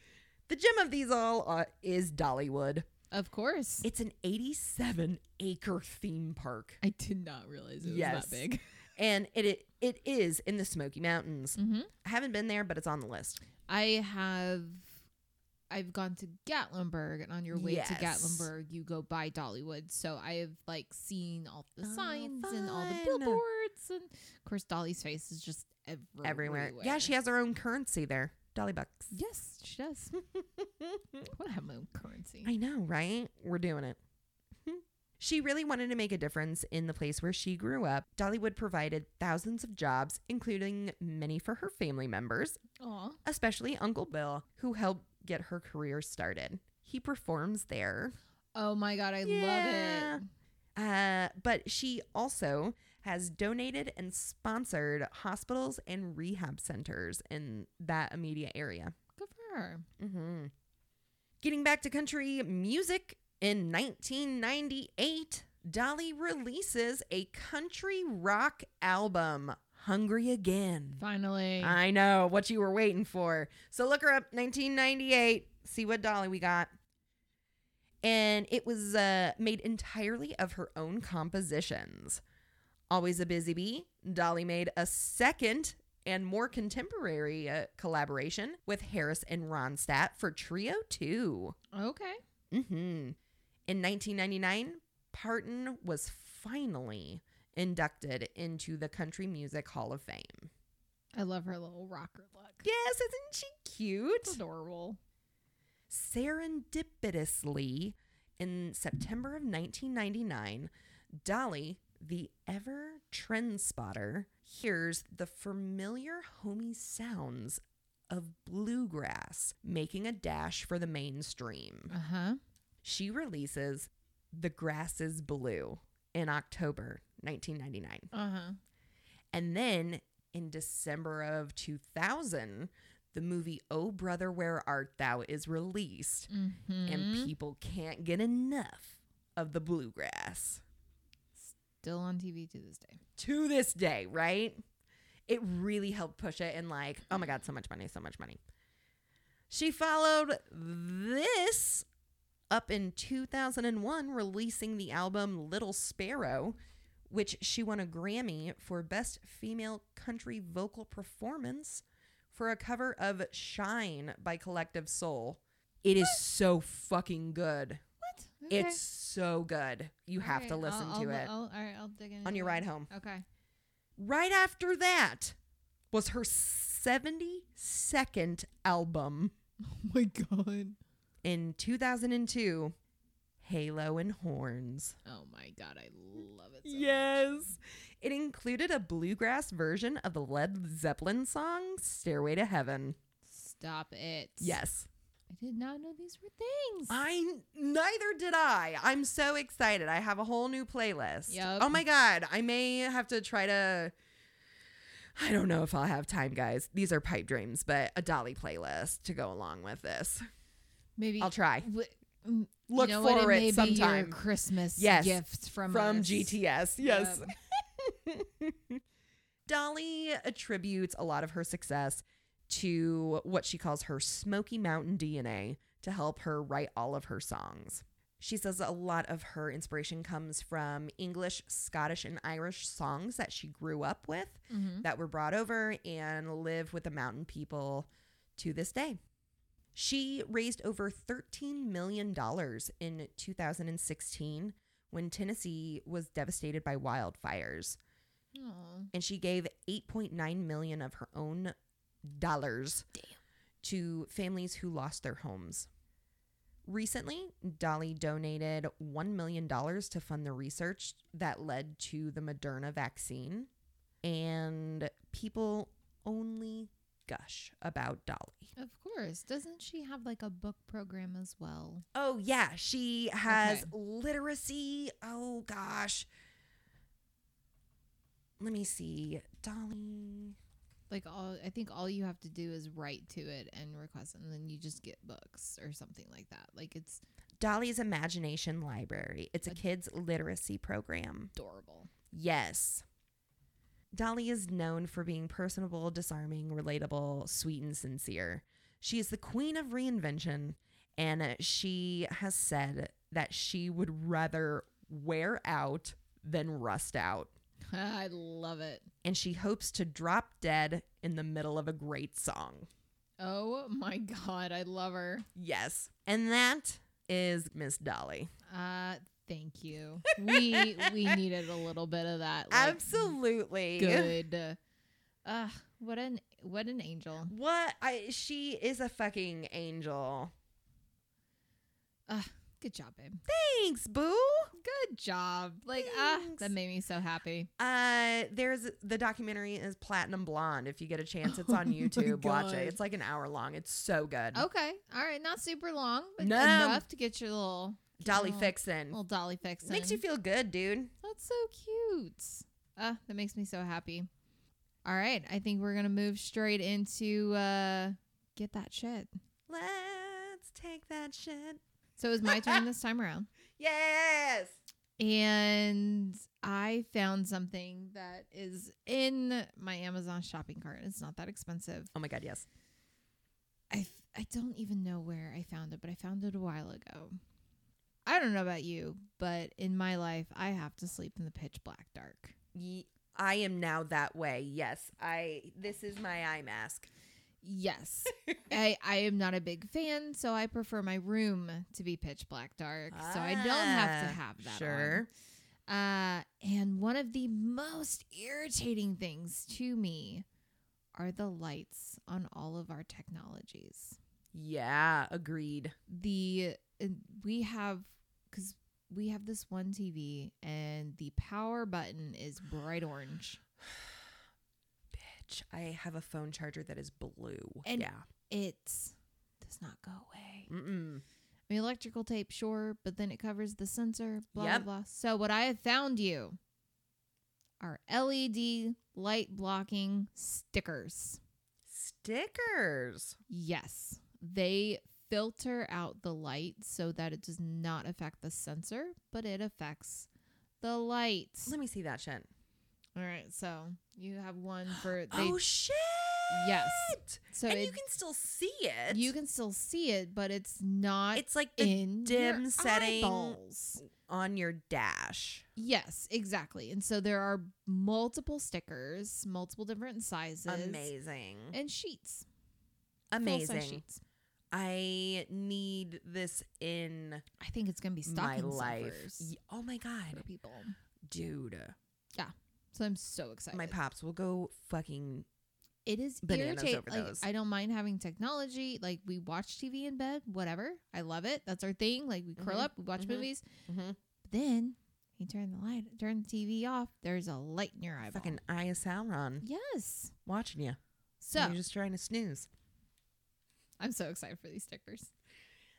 S2: the gem of these all uh, is Dollywood.
S3: Of course.
S2: It's an 87 acre theme park,
S3: I did not realize it was
S2: Yes.
S3: that big.
S2: and it, it it is in the Smoky Mountains.
S3: Mm-hmm.
S2: I haven't been there, but it's on the list.
S3: I have. I've gone to Gatlinburg, and on your way to
S2: Yes.
S3: Gatlinburg, you go by Dollywood. So I have like seen all the
S2: Oh,
S3: signs and all the
S2: fun.
S3: billboards, and of course Dolly's face is just everywhere.
S2: Everywhere. Yeah, she has her own currency there. Dolly bucks.
S3: Yes, she does. I want to have my own currency.
S2: I know, right? We're doing it. Hmm. she really wanted to make a difference in the place where she grew up. Dollywood provided thousands of jobs, including many for her family members,
S3: Aw,
S2: especially Uncle Bill, who helped get her career started. He performs there.
S3: oh my god, I
S2: Yeah.
S3: love it.
S2: Uh, but she also has donated and sponsored hospitals and rehab centers in that immediate area.
S3: Good for her.
S2: Mm-hmm. Getting back to country music in 1998, Dolly releases a country rock album, Hungry Again.
S3: Finally,
S2: I know what you were waiting for. So look her up, 1998. See what Dolly we got. And it was uh, made entirely of her own compositions. Always a busy bee, Dolly made a second and more contemporary uh, collaboration with Harris and Ronstadt for Trio 2.
S3: okay.
S2: Mm-hmm. In 1999, Parton was finally inducted into the Country Music Hall of Fame.
S3: I love her little rocker look.
S2: Yes, isn't she cute?
S3: Adorable.
S2: Serendipitously, in September of 1999, Dolly, the ever trend spotter, hears the familiar homey sounds of bluegrass making a dash for the mainstream.
S3: Uh huh.
S2: She releases The Grass is Blue in October 1999.
S3: Uh huh.
S2: And then in December of 2000, the movie Oh Brother Where Art Thou is released,
S3: Mm-hmm.
S2: and people can't get enough of the bluegrass
S3: still on TV to this day.
S2: to this day, right? It really helped push it and like, oh my god, so much money, so much money. She followed this up in 2001 releasing the album Little Sparrow, which she won a Grammy for best female country vocal performance for a cover of Shine by Collective Soul. It is so fucking good.
S3: What?
S2: It's so good. You have to listen to it.
S3: I'll, all right, I'll dig into
S2: on your
S3: it.
S2: ride home.
S3: Okay.
S2: Right after that was her 72nd album
S3: Oh my god.
S2: in 2002, Halo and Horns.
S3: Oh my god, I love it. So
S2: Yes. It included a bluegrass version of the Led Zeppelin song Stairway to Heaven.
S3: Stop it.
S2: Yes.
S3: I did not know these were things.
S2: I neither did I. I'm so excited. I have a whole new playlist.
S3: Yup.
S2: Oh my god, I may have to try to I don't know if I'll have time, guys. These are pipe dreams, but a Dolly playlist to go along with this.
S3: Maybe
S2: I'll try.
S3: w- m- you
S2: Look
S3: know what?
S2: for
S3: it may
S2: it sometime
S3: Be your Christmas
S2: Yes.
S3: gift from
S2: from
S3: us.
S2: GTS. Yes. Dolly attributes a lot of her success to what she calls her Smoky Mountain DNA to help her write all of her songs. She says a lot of her inspiration comes from English, Scottish, and Irish songs that she grew up with
S3: Mhm.
S2: that were brought over and live with the mountain people to this day. She raised over $13 million in 2016 when Tennessee was devastated by wildfires.
S3: Aw.
S2: And she gave 8.9 million of her own dollars to families who lost their homes. Recently, Dolly donated $1 million to fund the research that led to the Moderna vaccine. And people only gush about Dolly.
S3: Of course. Doesn't she have like a book program as well?
S2: Oh, yeah. She has
S3: Okay.
S2: literacy. Oh, gosh. Let me see. Dolly.
S3: Like all I think all you have to do is write to it and request and then you just get books or something like that. Like it's
S2: Dolly's Imagination Library. It's a kids' literacy program.
S3: Adorable.
S2: Yes. Dolly is known for being personable, disarming, relatable, sweet, and sincere. She is the queen of reinvention, and uh, she has said that she would rather wear out than rust out.
S3: I love it.
S2: And she hopes to drop dead in the middle of a great song.
S3: Oh my god, I love her.
S2: Yes. And that is Miss Dolly.
S3: Uh thank you. We we needed a little bit of that. like,
S2: Absolutely.
S3: Good. Uh what an what an angel.
S2: What I she is a fucking angel.
S3: Good job, babe.
S2: Thanks, boo.
S3: Good job. Like ah,
S2: Thanks.
S3: that made me so happy.
S2: Uh there's the documentary is Platinum Blonde. If you get a chance, it's on
S3: Oh my
S2: YouTube. Watch
S3: God.
S2: it. It's like an hour long. It's so good.
S3: Okay. All right. Not super long, but
S2: Mm. No.
S3: enough to get your little
S2: Dolly
S3: Oh,
S2: Fixin.
S3: little dolly fix.
S2: Makes you
S3: in.
S2: feel good, dude.
S3: That's so cute. Ah, that makes me so happy. All right. I think we're gonna move straight into uh get that shit.
S2: Let's take that shit.
S3: So it was my turn this time around.
S2: Yes.
S3: and I found something that is in my Amazon shopping cart. It's not that expensive.
S2: Oh my god, yes.
S3: I f- I don't even know where I found it, but I found it a while ago. I don't know about you, but in my life, I have to sleep in the pitch black dark.
S2: Ye- I am now that way. Yes. I this is my eye mask.
S3: Yes, I I am not a big fan, so I prefer my room to be pitch black dark, so I don't have to
S2: Ah,
S3: have that. on.
S2: Sure.
S3: Uh, and one of the most irritating things to me are the lights on all of our technologies.
S2: Yeah, agreed.
S3: The and we have because we have this one TV and the power button is bright orange.
S2: Bitch, I have a phone charger that is blue.
S3: And-
S2: yeah.
S3: It does not go away.
S2: Mm-mm.
S3: I mean, electrical tape, sure, but then it covers the sensor, blah,
S2: Yep.
S3: blah, blah. So, what I have found you are LED light blocking stickers.
S2: Stickers.
S3: Yes, they filter out the light so that it does not affect the sensor, but it affects the light.
S2: Let me see that shit.
S3: All right, so you have one for they,
S2: oh shit.
S3: Yes. so
S2: and
S3: it,
S2: you can still see it.
S3: you can still see it, but it's not
S2: It's like the
S3: in
S2: dim
S3: your
S2: setting.
S3: eyeballs.
S2: on your dash.
S3: Yes, exactly. And so there are multiple stickers, multiple different sizes,
S2: Amazing.
S3: and sheets, full-size
S2: Amazing.
S3: sheets.
S2: I need this in
S3: I think it's gonna be
S2: my
S3: stocking
S2: life.
S3: stuffers
S2: Ye- Oh my
S3: for
S2: god,
S3: people.
S2: dude.
S3: So I'm so excited.
S2: My pops will go fucking
S3: it is
S2: bananas
S3: irritating.
S2: over
S3: Like
S2: those.
S3: I don't mind having technology. Like we watch TV in bed, whatever. I love it. That's our thing. Like we curl
S2: Mhm.
S3: up, we watch
S2: Mhm.
S3: movies.
S2: Mhm.
S3: But then you turn the light, turn the TV off. There's a light in your eyeball.
S2: fucking eye of Sauron
S3: yes.
S2: watching you.
S3: So
S2: you're just trying to snooze.
S3: I'm so excited for these stickers.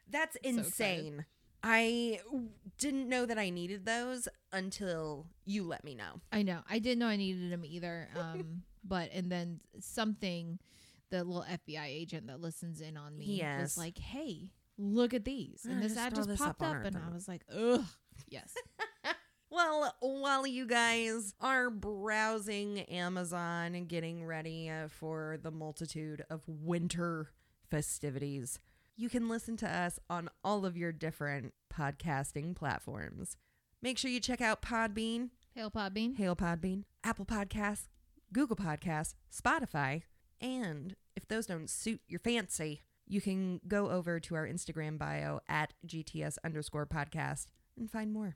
S2: That's
S3: excited.
S2: insane. I w- didn't know that I needed those until you let me know.
S3: I know. I didn't know I needed them either. Um, but and then something, the little FBI agent that listens in on me
S2: Yes.
S3: was like, "Hey, look at these!"
S2: Yeah,
S3: And this
S2: just
S3: ad
S2: throw
S3: just
S2: this up
S3: popped
S2: on
S3: up,
S2: our
S3: and I
S2: phone.
S3: was like, "Ugh, yes."
S2: Well, while you guys are browsing Amazon and getting ready uh, for the multitude of winter festivities, you can listen to us on all of your different podcasting platforms. Make sure you check out Podbean,
S3: Hail, Podbean.
S2: Hail Podbean, Apple Podcasts, Google Podcasts, Spotify, and if those don't suit your fancy, you can go over to our Instagram bio at GTS underscore podcast and find more.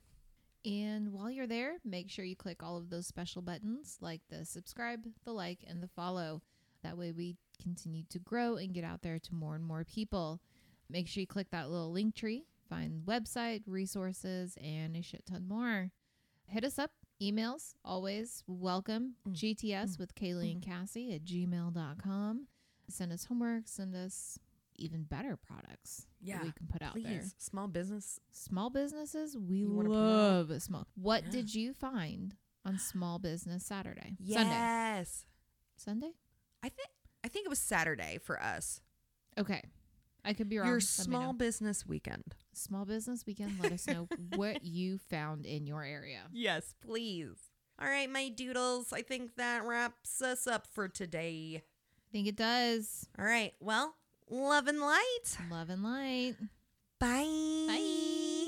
S3: And while you're there, make sure you click all of those special buttons like the subscribe, the like, and the follow. That way we continue to grow and get out there to more and more people. Make sure you click that little link tree, find website, resources, and a shit ton more. Hit us up, emails, always welcome,
S2: Mm.
S3: GTS with Kaylee and Cassie at gmail.com. Send us homework, send us even better products that
S2: Yeah,
S3: we can put out there
S2: Please, small business.
S3: small businesses we
S2: You wanna put it out?
S3: love small what
S2: Yeah.
S3: did you find on small business saturday sunday
S2: Yes.
S3: sunday
S2: I think I think it was Saturday for us.
S3: okay I could be wrong.
S2: Your
S3: Let me know.
S2: small business weekend.
S3: small business weekend. Let us know what you found in your area.
S2: Yes, please. All right, my doodles. I think that wraps us up for today.
S3: I think it does.
S2: All right. Well, love and light.
S3: Love and light.
S2: Bye.
S3: Bye.